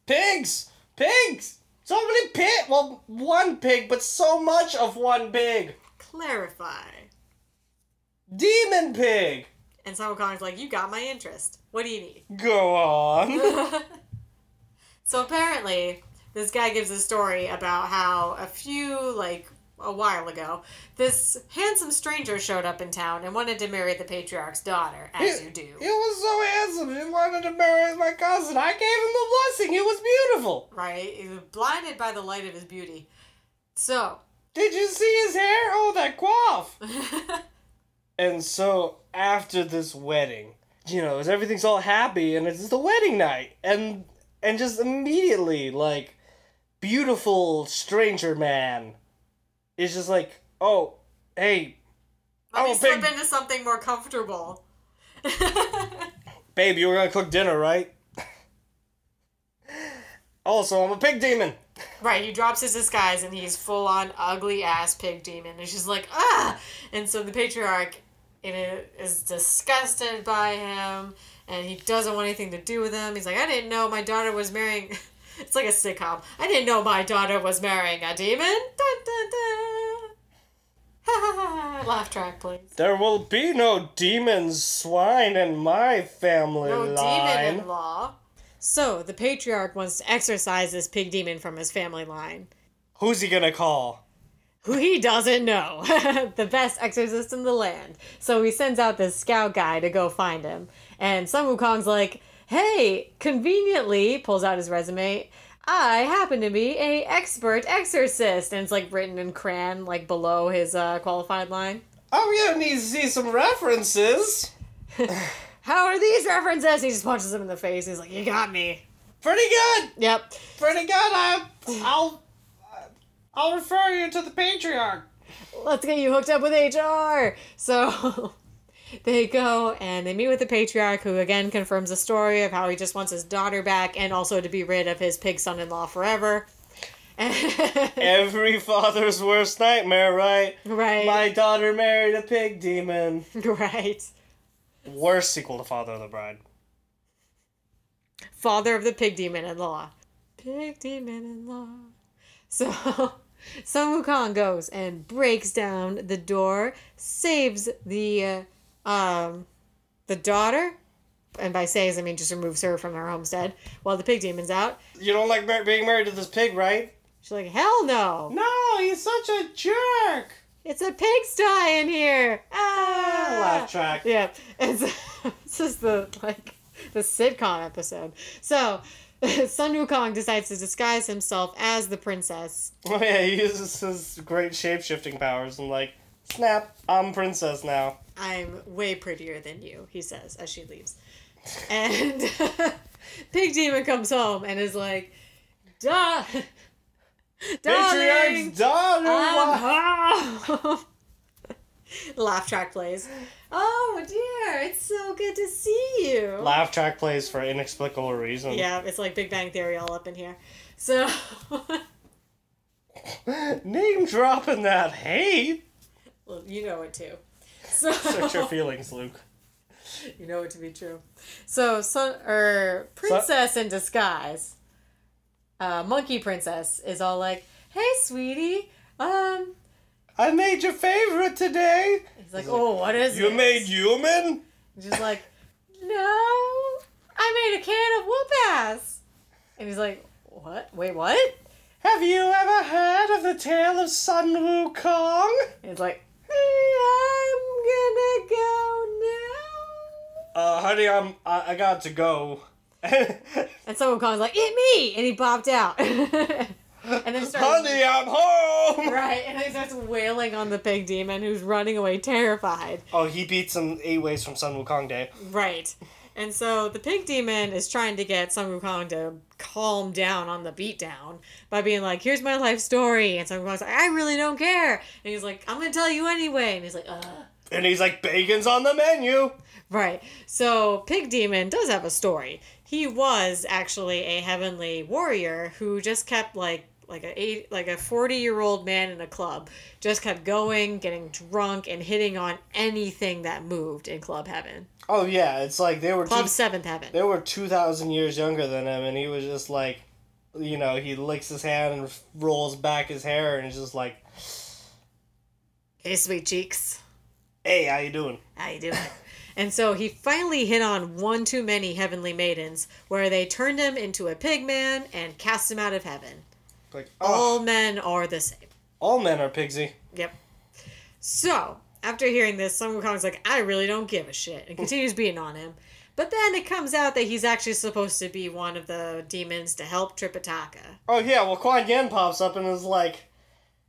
Speaker 1: Pigs! Pigs! So many pig. Well, one pig, but so much of one pig.
Speaker 2: Clarify.
Speaker 1: Demon pig.
Speaker 2: And Sun Wukong's like, you got my interest. What do you need?
Speaker 1: Go on.
Speaker 2: so apparently, this guy gives a story about how a few, like, a while ago, this handsome stranger showed up in town and wanted to marry the patriarch's daughter, as you do.
Speaker 1: He was so handsome. He wanted to marry my cousin. I gave him the blessing. He was beautiful.
Speaker 2: Right? He was blinded by the light of his beauty. So,
Speaker 1: Did you see his hair? Oh, that quaff. and so after this wedding, you know, as everything's all happy and it's the wedding night, and and just immediately like beautiful stranger man is just like, oh, hey,
Speaker 2: let me
Speaker 1: Oh,
Speaker 2: slip
Speaker 1: big-
Speaker 2: into something more comfortable.
Speaker 1: babe, you were gonna cook dinner, right? also, I'm a pig demon.
Speaker 2: Right, he drops his disguise and he's full on ugly ass pig demon. And she's like, ah! And so the patriarch in it is disgusted by him and he doesn't want anything to do with him. He's like, I didn't know my daughter was marrying. it's like a sitcom. I didn't know my daughter was marrying a demon. Dun, dun, dun. Ha, ha, ha. Laugh track, please.
Speaker 1: There will be no demons, swine in my family
Speaker 2: No
Speaker 1: line.
Speaker 2: demon in law. So the patriarch wants to exorcise this pig demon from his family line.
Speaker 1: Who's he gonna call?
Speaker 2: who he doesn't know, the best exorcist in the land. So he sends out this scout guy to go find him. And Sun Wukong's like, hey, conveniently, pulls out his resume, I happen to be a expert exorcist. And it's like written in crayon, like below his uh, qualified line.
Speaker 1: Oh, you need to see some references.
Speaker 2: How are these references? He just punches him in the face. He's like, you got me.
Speaker 1: Pretty good.
Speaker 2: Yep.
Speaker 1: Pretty good. I, I'll, I'll refer you to the patriarch.
Speaker 2: let's get you hooked up with HR. So they go and they meet with the patriarch, who again confirms the story of how he just wants his daughter back and also to be rid of his pig son in law forever.
Speaker 1: Every father's worst nightmare, right?
Speaker 2: right.
Speaker 1: My daughter married a pig demon.
Speaker 2: right.
Speaker 1: Worst sequel to Father of the Bride.
Speaker 2: Father of the pig demon in law. Pig demon in law. So Sun Wukong goes and breaks down the door, saves the uh, um the daughter, and by saves I mean just removes her from her homestead while the pig demon's out.
Speaker 1: You don't like mar- being married to this pig, right?
Speaker 2: She's like, hell no!
Speaker 1: No, he's such a jerk.
Speaker 2: It's a pigsty in here! Ah!
Speaker 1: Laugh track.
Speaker 2: Yeah, and so, this is the like the sitcom episode. So Sun Wukong decides to disguise himself as the princess.
Speaker 1: Oh yeah, he uses his great shape shifting powers and like, snap, I'm princess now.
Speaker 2: I'm way prettier than you, he says as she leaves. And Pig Demon comes home and is like, duh, darling,
Speaker 1: Patriarch's daughter.
Speaker 2: Ah,
Speaker 1: why-
Speaker 2: I'm home. Laugh track plays. Oh dear, it's so good to see you.
Speaker 1: Laugh track plays for inexplicable reasons.
Speaker 2: Yeah, it's like Big Bang Theory all up in here. So,
Speaker 1: Name dropping that hate.
Speaker 2: well, you know it too. So,
Speaker 1: Search your feelings, Luke.
Speaker 2: you know it to be true. So, son or princess in disguise, uh, monkey princess is all like, "Hey, sweetie." Um,
Speaker 1: I made your favorite today.
Speaker 2: he's like, "Oh, what is
Speaker 1: You
Speaker 2: this?"
Speaker 1: made human?
Speaker 2: And She's like, "No, I married a can of whoop ass. And he's like, what? Wait, what?
Speaker 1: Have you ever heard of the tale of Sun Wukong?
Speaker 2: And he's like, "Hey, I'm gonna go now.
Speaker 1: Uh, honey, I'm, I, I got to go. honey,
Speaker 2: And someone calls like, it me, and he bopped out. and then starts
Speaker 1: I'm home!
Speaker 2: right, and then he starts wailing on the pig demon who's running away terrified.
Speaker 1: Oh, he beats him eight ways from Sun Wukong Day.
Speaker 2: Right. And so the pig demon is trying to get Sun Wukong to calm down on the beatdown by being like, here's my life story. And Sun Wukong's like, I really don't care. And he's like, I'm going to tell you anyway. And he's like, ugh.
Speaker 1: And he's like, bacon's on the menu!
Speaker 2: Right. So Pig Demon does have a story. He was actually a heavenly warrior who just kept like like a eight, like a 40-year-old man in a club just kept going, getting drunk and hitting on anything that moved in club heaven.
Speaker 1: Oh, yeah, it's like they were
Speaker 2: Club
Speaker 1: two,
Speaker 2: 7th heaven.
Speaker 1: they were 2,000 years younger than him, and he was just like, you know, he licks his hand and rolls back his hair, and he's just like,
Speaker 2: Hey sweet cheeks.
Speaker 1: hey, how you doing?
Speaker 2: How you doing? and so he finally hit on one too many heavenly maidens where they turned him into a pig man and cast him out of heaven.
Speaker 1: Like, oh,
Speaker 2: All men are the same.
Speaker 1: all men are pigsy.
Speaker 2: Yep. So, after hearing this, Sun Wukong's like, I really don't give a shit, and continues beating on him. But then it comes out that he's actually supposed to be one of the demons to help Tripitaka.
Speaker 1: Oh yeah, well Quan Yin pops up and is like,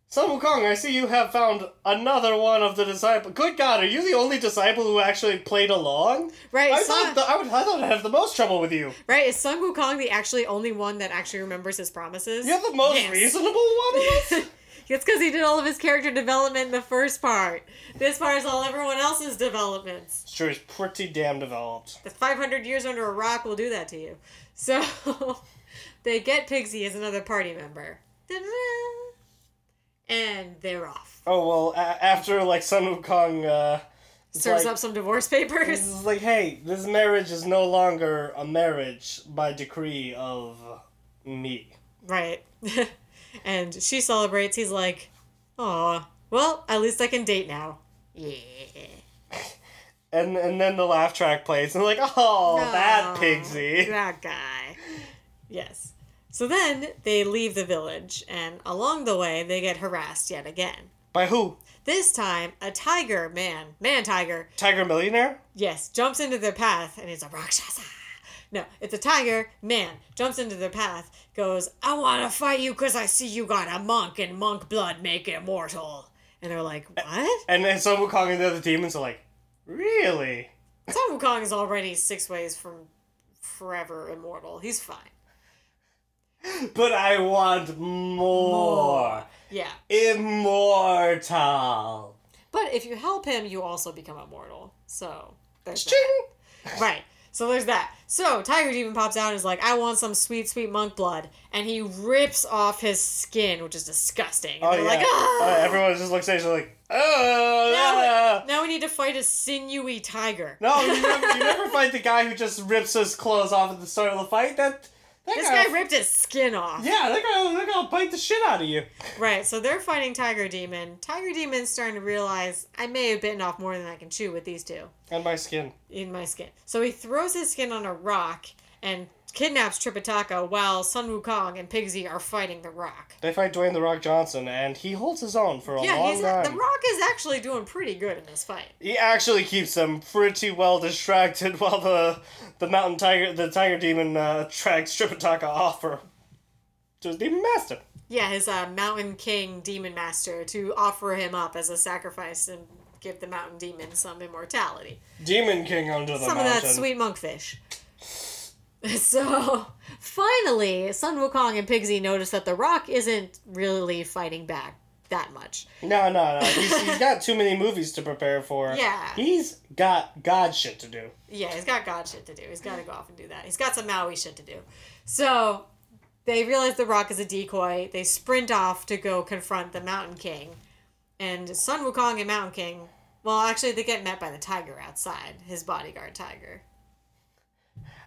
Speaker 1: Sun Wukong, I see you have found another one of the disciple. Good God, are you the only disciple who actually played along?
Speaker 2: Right,
Speaker 1: I
Speaker 2: so-
Speaker 1: thought th- I, would, I thought I'd have the most trouble with you.
Speaker 2: Right? Is Sun Wukong the actually only one that actually remembers his promises?
Speaker 1: You're the most
Speaker 2: Yes.
Speaker 1: reasonable one of us.
Speaker 2: It's because he did all of his character development in the first part. This part is all everyone else's developments.
Speaker 1: It's true, he's pretty damn developed.
Speaker 2: The 500 years under a rock will do that to you. So they get Pigsy as another party member. Da-da-da. And they're off.
Speaker 1: Oh well, a- after like Sun Wukong, uh, is
Speaker 2: Serves
Speaker 1: like,
Speaker 2: up some divorce papers.
Speaker 1: is like, hey, this marriage is no longer a marriage by decree of me.
Speaker 2: Right. and she celebrates. He's like, aw, well, at least I can date now. Yeah.
Speaker 1: And and then the laugh track plays and like, oh, that
Speaker 2: Aw,
Speaker 1: pigsy.
Speaker 2: That guy. Yes. So then they leave the village, and along the way, they get harassed yet again.
Speaker 1: By who?
Speaker 2: This time, a tiger man, man tiger,
Speaker 1: Tiger Millionaire?
Speaker 2: Yes, jumps into their path and it's a rakshasa. No, it's a tiger man jumps into their path, goes, I want to fight you because I see you got a monk and monk blood make it mortal. And they're like,
Speaker 1: Uh,
Speaker 2: What?
Speaker 1: And then Sun Wukong and the other demons are like, really?
Speaker 2: Sun Wukong is already six ways from forever immortal. He's fine.
Speaker 1: But I want more.
Speaker 2: Yeah.
Speaker 1: Immortal.
Speaker 2: But if you help him, you also become immortal. So, there's that.
Speaker 1: Ching!
Speaker 2: Right. So there's that. So Tiger Demon pops out and is like, I want some sweet, sweet monk blood. And he rips off his skin, which is disgusting. And
Speaker 1: Oh,
Speaker 2: they're
Speaker 1: yeah.
Speaker 2: like, ah!
Speaker 1: Uh, everyone just looks at each other like, oh,
Speaker 2: now,
Speaker 1: ah."
Speaker 2: now we need to fight a sinewy tiger.
Speaker 1: No, you never, you never fight the guy who just rips his clothes off at the start of the fight. That, that
Speaker 2: This
Speaker 1: guy.
Speaker 2: guy ripped his skin off.
Speaker 1: yeah, that guy, that guy will bite the shit out of you.
Speaker 2: Right, so they're fighting Tiger Demon. Tiger Demon's starting to realize I may have bitten off more than I can chew with these two
Speaker 1: And my skin.
Speaker 2: in my skin. So he throws his skin on a rock and kidnaps Tripitaka while Sun Wukong and Pigsy are fighting the rock.
Speaker 1: They fight Dwayne The Rock Johnson, and he holds his own for a
Speaker 2: Yeah,
Speaker 1: long
Speaker 2: he's uh,
Speaker 1: time.
Speaker 2: the Rock is actually doing pretty good in this fight.
Speaker 1: He actually keeps them pretty well distracted while the the mountain tiger the tiger demon uh, tracks Tripitaka off her to his demon master.
Speaker 2: Yeah, his uh, Mountain King Demon Master to offer him up as a sacrifice and give the Mountain Demon some immortality.
Speaker 1: Demon King under the
Speaker 2: some
Speaker 1: mountain.
Speaker 2: of that sweet monkfish. So finally, Sun Wukong and Pigsy notice that the Rock isn't really fighting back that much.
Speaker 1: No, no, no. He's, he's got too many movies to prepare for.
Speaker 2: Yeah.
Speaker 1: He's got god shit to do.
Speaker 2: Yeah, he's got god shit to do. He's got to go off and do that. He's got some Maui shit to do. So they realize the rock is a decoy. They sprint off to go confront the Mountain King. And Sun Wukong and Mountain King, well, actually, they get met by the tiger outside, his bodyguard tiger.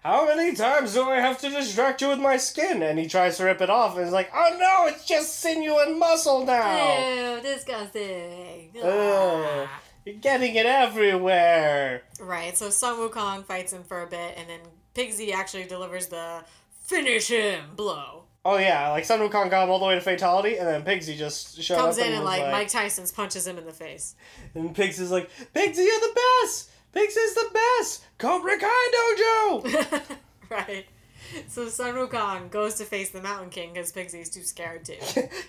Speaker 1: How many times do I have to distract you with my skin? And he tries to rip it off, and he's like, "Oh no, it's just sinew and muscle now."
Speaker 2: Ew, disgusting.
Speaker 1: Ugh. You're getting it everywhere.
Speaker 2: Right, so Sun Wukong fights him for a bit, and then Pigsy actually delivers the finish him blow.
Speaker 1: Oh yeah, like Sun Wukong got him all the way to fatality, and then Pigsy just showed
Speaker 2: Comes
Speaker 1: up
Speaker 2: in and,
Speaker 1: was
Speaker 2: like, Mike Tyson punches him in the face.
Speaker 1: And Pigsy's like, Pigsy, you're the best. Pigsy's the best. Cobra Kai Dojo.
Speaker 2: right. So Sun Wukong goes to face the Mountain King because Pigsy's too scared to.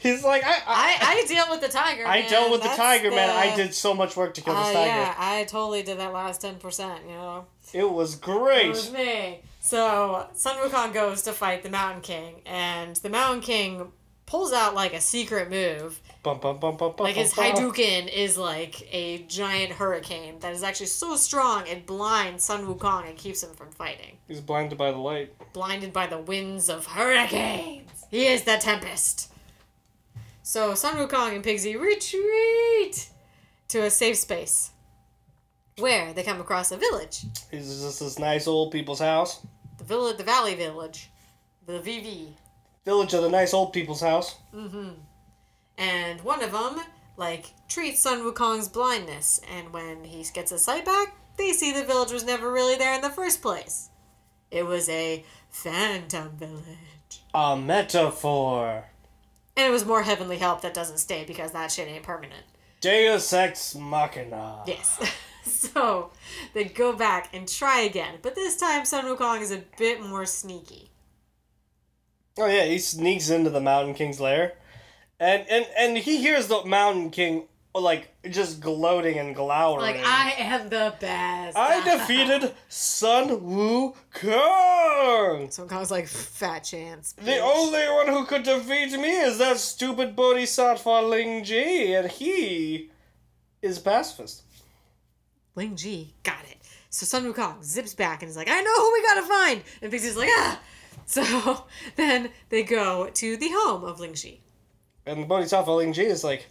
Speaker 1: He's like, I, I,
Speaker 2: I, I deal with the tiger.
Speaker 1: I,
Speaker 2: man.
Speaker 1: dealt with the
Speaker 2: That's
Speaker 1: tiger, man. I
Speaker 2: the-
Speaker 1: did so much work to kill
Speaker 2: Uh,
Speaker 1: this tiger.
Speaker 2: yeah, I totally did that last ten percent. You know,
Speaker 1: It was great.
Speaker 2: it was me. So Sun Wukong goes to fight the Mountain King, and the Mountain King pulls out like a secret move.
Speaker 1: bum, bum, bum, bum, bum,
Speaker 2: Like his
Speaker 1: bum, bum.
Speaker 2: Hadouken is like a giant hurricane that is actually so strong it blinds Sun Wukong and keeps him from fighting.
Speaker 1: He's blinded by the light.
Speaker 2: blinded by the winds of hurricanes. He is the tempest. So Sun Wukong and Pigsy retreat to a safe space, where they come across a village,
Speaker 1: He's just this nice old people's house.
Speaker 2: the village, the Valley Village, the VV,
Speaker 1: Village of the nice old people's house.
Speaker 2: and one of them like treats Sun Wukong's blindness, and when he gets his sight back, they see the village was never really there in the first place. It was a phantom village.
Speaker 1: A metaphor.
Speaker 2: And it was more heavenly help that doesn't stay because that shit ain't permanent.
Speaker 1: Deus ex machina.
Speaker 2: Yes. so they go back and try again, but this time Sun Wukong is a bit more sneaky.
Speaker 1: Oh yeah, he sneaks into the Mountain King's lair, and and and he hears the Mountain King like just gloating and glowering.
Speaker 2: Like I am the best.
Speaker 1: Oh, I defeated Sun Wu Kong.
Speaker 2: Sun Wukong's like fat chance.
Speaker 1: The only one who could defeat me is that stupid bodhisattva Ling Ji, and he is pacifist.
Speaker 2: Ling Ji got it. So Sun Wukong zips back and is like, I know who we gotta find. And Pixie's like, ah. So then they go to the home of Ling Ji.
Speaker 1: And the bodhisattva Ling Ji is like,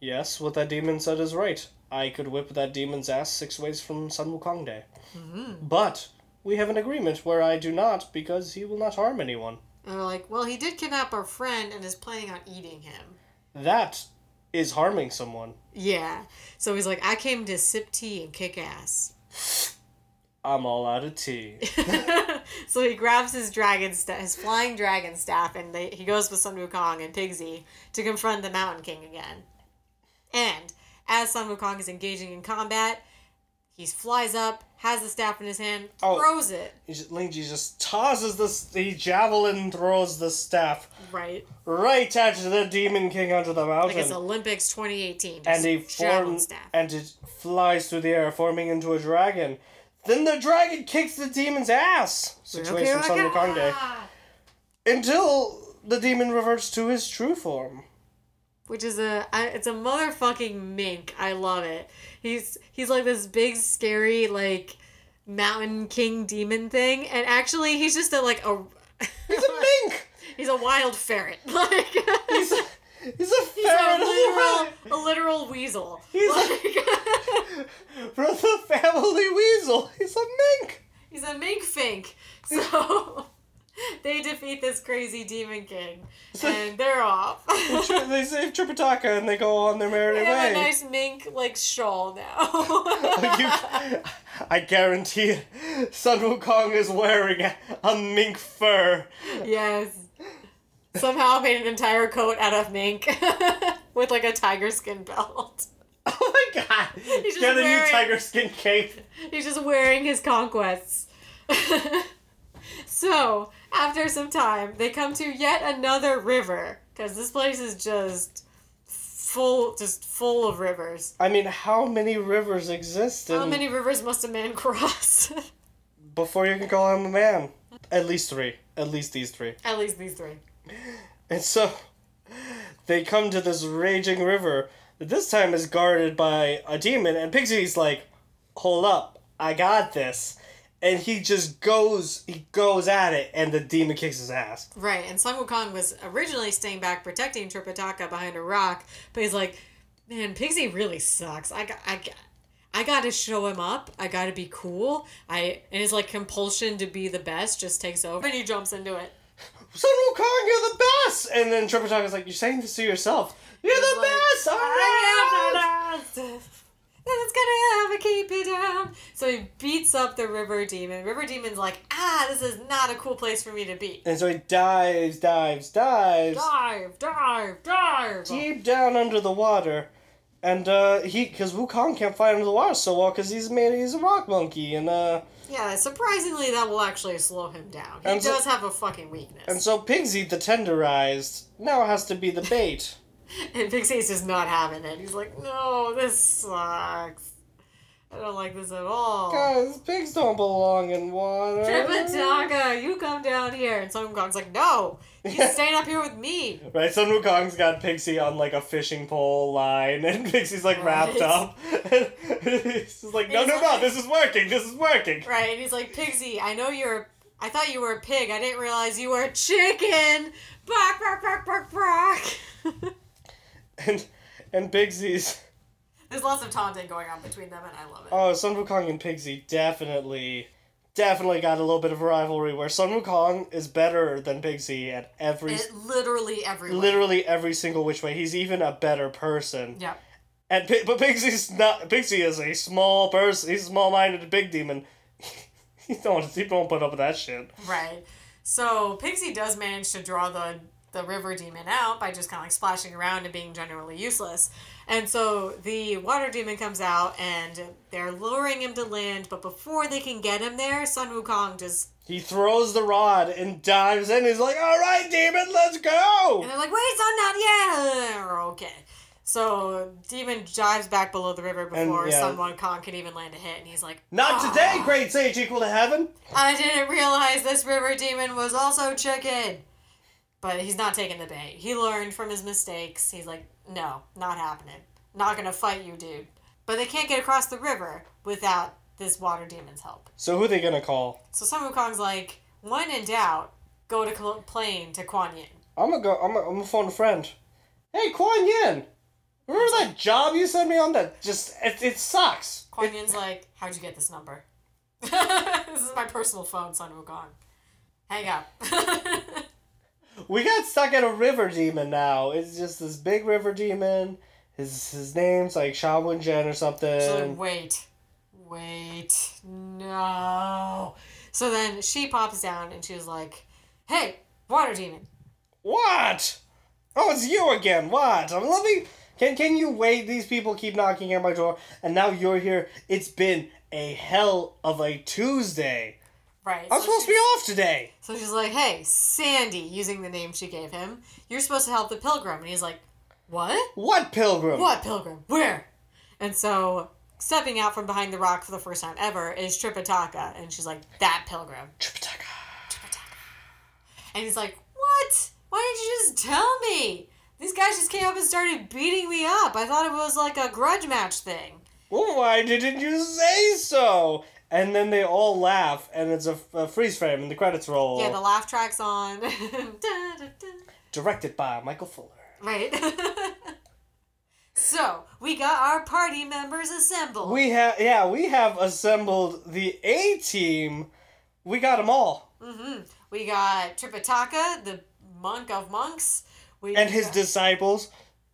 Speaker 1: yes, what that demon said is right. I could whip that demon's ass six ways from Sun Wukong Day.
Speaker 2: Mm-hmm.
Speaker 1: But we have an agreement where I do not because he will not harm anyone.
Speaker 2: And they're like, well, he did kidnap our friend and is planning on eating him.
Speaker 1: That is harming someone.
Speaker 2: Yeah. So he's like, I came to sip tea and kick ass.
Speaker 1: I'm all out of tea.
Speaker 2: so he grabs his dragon sta- his flying dragon staff and they, he goes with Sun Wukong and Pigsy to confront the Mountain King again. And as Sun Wukong is engaging in combat, he flies up, has the staff in his hand,
Speaker 1: Oh.
Speaker 2: throws it.
Speaker 1: He's just- Ling Ji just tosses this he javelin throws the staff
Speaker 2: Right.
Speaker 1: right at the demon king onto the mountain.
Speaker 2: Like it's Olympics 2018.
Speaker 1: and he
Speaker 2: just javelin
Speaker 1: forms
Speaker 2: staff.
Speaker 1: and it flies through the air, forming into a dragon. Then the dragon kicks the demon's ass. Situation
Speaker 2: Okay,
Speaker 1: Sun
Speaker 2: okay. Ah.
Speaker 1: Wukong Day. Until the demon reverts to his true form.
Speaker 2: which is a I, it's a motherfucking mink. I love it. He's he's like this big scary like mountain king demon thing, and actually he's just a like a
Speaker 1: He's a mink.
Speaker 2: he's a wild ferret like.
Speaker 1: He's a, he's a
Speaker 2: he's a
Speaker 1: ferret.
Speaker 2: literal, a literal weasel.
Speaker 1: He's a-
Speaker 2: like,
Speaker 1: from the family weasel. He's a mink.
Speaker 2: He's a mink fink. So they defeat this crazy demon king, and they're off. they
Speaker 1: Tri- they save Tripitaka and they go on their merry
Speaker 2: have a
Speaker 1: way.
Speaker 2: nice mink like shawl now.
Speaker 1: You- I guarantee it. Sun Wukong is wearing a, a mink fur.
Speaker 2: Yes. Somehow made an entire coat out of mink with like a tiger skin belt.
Speaker 1: Oh my god!
Speaker 2: He's just
Speaker 1: Get a new
Speaker 2: wearing-
Speaker 1: tiger skin cape.
Speaker 2: He's just wearing his conquests. so, after some time, they come to yet another river because this place is just full just full of rivers.
Speaker 1: I mean, how many rivers exist in,
Speaker 2: How many rivers must a man cross?
Speaker 1: before you can call him a man? At least three. At least these three.
Speaker 2: At least these three.
Speaker 1: And so they come to this raging river that this time is guarded by a demon, and Pixie's like, Hold up, I got this. And he just goes he goes at it and the demon kicks his ass.
Speaker 2: Right, and Sun Wukong was originally staying back protecting Tripitaka behind a rock, but he's like, man, Pigsy really sucks. I got, I got, I got to show him up. I got to be cool. I and his like compulsion to be the best just takes over, and he jumps into it.
Speaker 1: Sun Wukong, you're the best and then Tripitaka's like, You're saying this to yourself. You're
Speaker 2: He's
Speaker 1: the
Speaker 2: like,
Speaker 1: best!
Speaker 2: I
Speaker 1: alright!"
Speaker 2: am the best. that's gonna advocate me down. So he beats up the river demon. River demon's like, ah, this is not a cool place for me to be.
Speaker 1: And so he dives, dives, dives,
Speaker 2: Dive, dive, dive.
Speaker 1: deep down under the water. And uh, he, because Wukong can't fight under the water so well, because he's made, he's a rock monkey, and uh,
Speaker 2: Yeah, surprisingly, that will actually slow him down. He
Speaker 1: And so-
Speaker 2: does have a fucking weakness.
Speaker 1: and so Pigsy the tenderized now has to be the bait.
Speaker 2: And Pixie's just not having it. He's like, no, this sucks. I don't like this at all.
Speaker 1: Guys, pigs don't belong in water.
Speaker 2: Tripitaka, you come down here. And Sun Gong's like, no, you staying up here with me.
Speaker 1: Right, Sun Wukong's got Pixie on like a fishing pole line, and Pixie's like wrapped
Speaker 2: Right.
Speaker 1: up. And he's like, no,
Speaker 2: He's
Speaker 1: no, no,
Speaker 2: like-
Speaker 1: this is working, this is working.
Speaker 2: Right, and he's like, Pigsy, I know you're. a- I thought you were a pig. I didn't realize you were a chicken. Bark, bark, bark, bark, bark.
Speaker 1: And and Pixie's
Speaker 2: There's lots of taunting going on between them, and I love it.
Speaker 1: oh, Sun Wukong and Pigsy definitely, definitely got a little bit of a rivalry where Sun Wukong is better than Pigsy at every,
Speaker 2: It literally everywhere.
Speaker 1: literally every single which way. He's even a better person.
Speaker 2: Yep.
Speaker 1: And Pi- but Pixie's not. Pixie is a small person. He's a small-minded big demon. he don't. He don't put up with that shit.
Speaker 2: Right. So Pixie does manage to draw the the river demon out by just kind of like splashing around and being generally useless. And so the water demon comes out and they're luring him to land, but before they can get him there, Sun Wukong just
Speaker 1: He throws the rod and dives in. He's like, "All right, demon, let's go."
Speaker 2: and they're like, "Wait, Sun, not yet." Or, Okay. So demon dives back below the river before
Speaker 1: yeah.
Speaker 2: Sun Wukong can even land a hit, and he's like,
Speaker 1: Not
Speaker 2: "Ah,
Speaker 1: today, great sage equal to heaven.
Speaker 2: I didn't realize this river demon was also chicken." But he's not taking the bait. He learned from his mistakes. He's like, no, not happening. Not gonna fight you, dude. But they can't get across the river without this water demon's help. So
Speaker 1: So who they gonna call?
Speaker 2: Sun Wukong's like, when in doubt, go to complain to Kuan Yin.
Speaker 1: I'm gonna go. I'm gonna, I'm gonna phone a friend. Hey, Kuan Yin, remember that job you sent me on? That just it, it sucks.
Speaker 2: Kuan Yin's like, how'd you get this number? this is my personal phone, Sun Wukong. Hang up.
Speaker 1: We got stuck at a river demon now. It's just this big river demon. His his name's like Shaolin Jen or something.
Speaker 2: So then, wait, wait, no. So then she pops down and she's like, hey, water demon.
Speaker 1: What? Oh, it's you again. What? I'm loving. Can can you wait? These people keep knocking at my door, and now you're here. It's been a hell of a Tuesday.
Speaker 2: Right.
Speaker 1: I'm
Speaker 2: so
Speaker 1: supposed to be
Speaker 2: she's-
Speaker 1: off today.
Speaker 2: So she's like, hey, Sandy, using the name she gave him, you're supposed to help the pilgrim. And he's like, what?
Speaker 1: What pilgrim?
Speaker 2: What pilgrim? Where? And so, stepping out from behind the rock for the first time ever is Tripitaka. And she's like, that pilgrim.
Speaker 1: Tripitaka.
Speaker 2: And he's like, What? Why didn't you just tell me? These guys just came up and started beating me up. I thought it was like a grudge match thing.
Speaker 1: Well, why didn't you say so? And then they all laugh, and it's a, a freeze frame, and the credits roll.
Speaker 2: Yeah, the laugh track's on. Da, da, da.
Speaker 1: Directed by Michael Fuller.
Speaker 2: right. so, we got our party members assembled.
Speaker 1: We have yeah, we have assembled the A team. We got them all.
Speaker 2: We got Tripitaka, the monk of monks. We
Speaker 1: and his
Speaker 2: got
Speaker 1: disciples,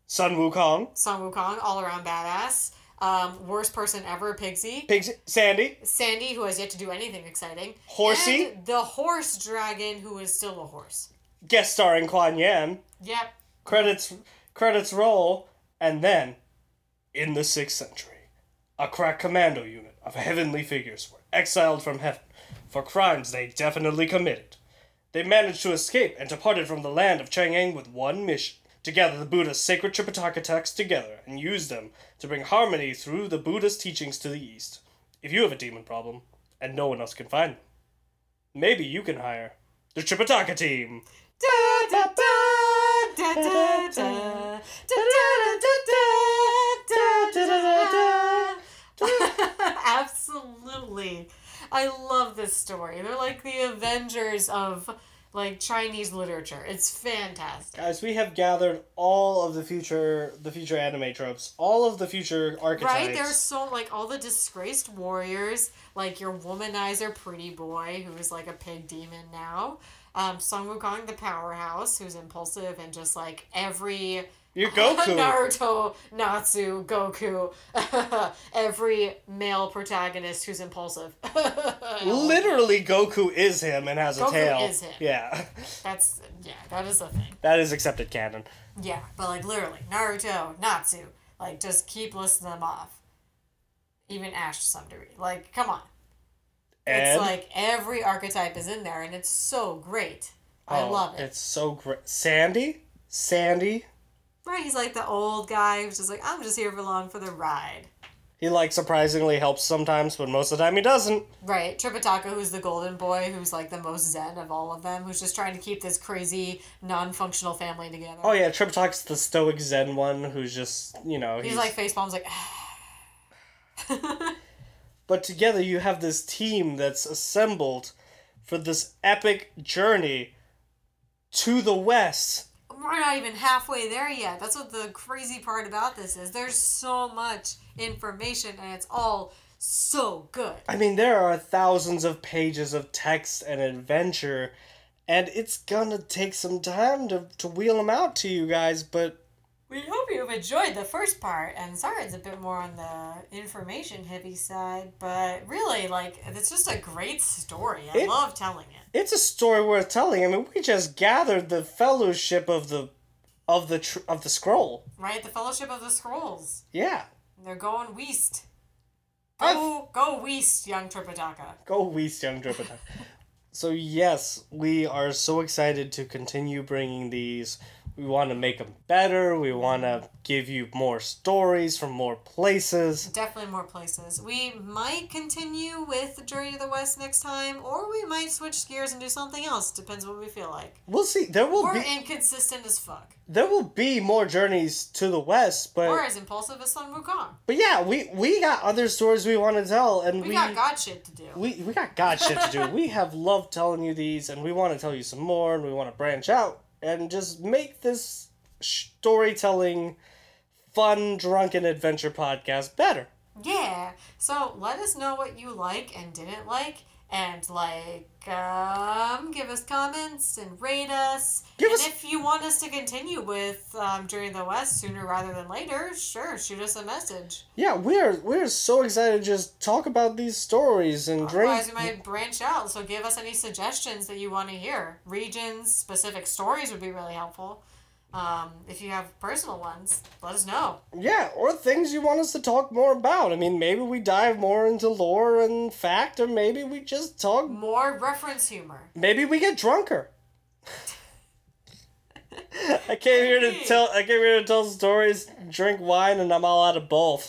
Speaker 1: Sun Wukong,
Speaker 2: Sun Wukong, all around badass. Um, worst person ever, Pigsy.
Speaker 1: Pigs, Sandy,
Speaker 2: Sandy, who has yet to do anything exciting.
Speaker 1: Horsey?
Speaker 2: And the horse dragon, who is still a horse.
Speaker 1: guest starring Kuan Yan.
Speaker 2: Yep.
Speaker 1: Credits credits roll, and then, in the sixth century, a crack commando unit of heavenly figures were exiled from heaven for crimes they definitely committed. They managed to escape and departed from the land of Chang'an with one mission. To gather the Buddha's sacred Tripitaka texts together and use them to bring harmony through the Buddha's teachings to the East. If you have a demon problem, and no one else can find them, maybe you can hire the Tripitaka team.
Speaker 2: Da, da, da, da, da, da, da, da, da, da, da, da, da. Absolutely. I love this story. They're like the Avengers of like Chinese literature. It's fantastic.
Speaker 1: Guys, we have gathered all of the future, the future anime tropes, all of the future archetypes.
Speaker 2: Right? There's so like all the disgraced warriors, like your womanizer pretty boy who is like a pig demon now. Um, Song Wukong the powerhouse who's impulsive and just like every
Speaker 1: You're Goku.
Speaker 2: Naruto, Natsu, Goku, every male protagonist who's impulsive.
Speaker 1: Literally, Goku is him and has a
Speaker 2: Goku
Speaker 1: tail.
Speaker 2: is him.
Speaker 1: Yeah,
Speaker 2: That's yeah, that is a thing.
Speaker 1: that is accepted canon.
Speaker 2: Yeah, but like literally Naruto, Natsu, like just keep listing them off. Even Ash to some degree. Like, come on.
Speaker 1: And
Speaker 2: It's like every archetype is in there, and it's so great. I
Speaker 1: oh,
Speaker 2: love it.
Speaker 1: It's so great. Sandy, Sandy,
Speaker 2: Right, he's like the old guy who's just like, I'm just here for long for the ride.
Speaker 1: he like surprisingly helps sometimes, but most of the time he doesn't.
Speaker 2: Right, Tripitaka, who's the golden boy, who's like the most zen of all of them, who's just trying to keep this crazy, non-functional family together.
Speaker 1: Oh yeah, Trip Talk's the stoic Zen one who's just you know
Speaker 2: he's, like face palms, like "Ah,
Speaker 1: But together you have this team that's assembled for this epic journey to the West.
Speaker 2: we're not even halfway there yet. That's what the crazy part about this is. There's so much information, and it's all so good.
Speaker 1: I mean, there are thousands of pages of text and adventure, and it's gonna take some time to, to wheel them out to you guys, but
Speaker 2: We hope you've enjoyed the first part, and sorry it's a bit more on the information heavy side, but really, like, it's just a great story. I
Speaker 1: It-
Speaker 2: love telling it.
Speaker 1: it's a story worth telling. I mean, we just gathered the fellowship of the of the tr- of the scroll.
Speaker 2: Right? The Fellowship of the Scrolls.
Speaker 1: Yeah.
Speaker 2: They're going west.
Speaker 1: I've-
Speaker 2: Go, go west, young Tripitaka.
Speaker 1: Go Weast Young Jupiter. so, yes, we are so excited to continue bringing these. We want to make them better. We want to give you more stories from more places.
Speaker 2: Definitely more places. We might continue with the Journey to the West next time, or we might switch gears and do something else. Depends what we feel like.
Speaker 1: We'll see. There will
Speaker 2: We're
Speaker 1: be
Speaker 2: inconsistent as fuck.
Speaker 1: there will be more journeys to the west,
Speaker 2: We're
Speaker 1: but
Speaker 2: as impulsive as Sun Wukong.
Speaker 1: but yeah, we we got other stories we want to tell, and
Speaker 2: We,
Speaker 1: we
Speaker 2: got God shit to do.
Speaker 1: we, we got God shit to do. We have loved telling you these, and we want to tell you some more, and we want to branch out and just make this storytelling, fun, drunken adventure podcast better.
Speaker 2: Yeah. So let us know what you like and didn't like, and like um, give us comments and rate us.
Speaker 1: Give
Speaker 2: and
Speaker 1: us-
Speaker 2: if you want us to continue with um, during the West sooner rather than later, sure, shoot us a message.
Speaker 1: Yeah, we're we're so excited to just talk about these stories and drink.
Speaker 2: Otherwise, we might branch out. So give us any suggestions that you want to hear. Regions, specific stories would be really helpful. Um, if you have personal ones, let us know.
Speaker 1: Yeah, or things you want us to talk more about. I mean, maybe we dive more into lore and fact, or maybe we just talk.
Speaker 2: More reference humor.
Speaker 1: Maybe we get drunker. I came here to
Speaker 2: Maybe.
Speaker 1: tell. I came here to tell stories, drink wine, and I'm all out of both.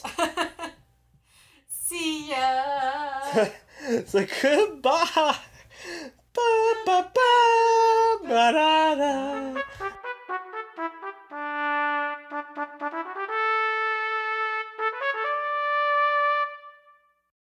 Speaker 2: See ya.
Speaker 1: so goodbye. Ba ba ba.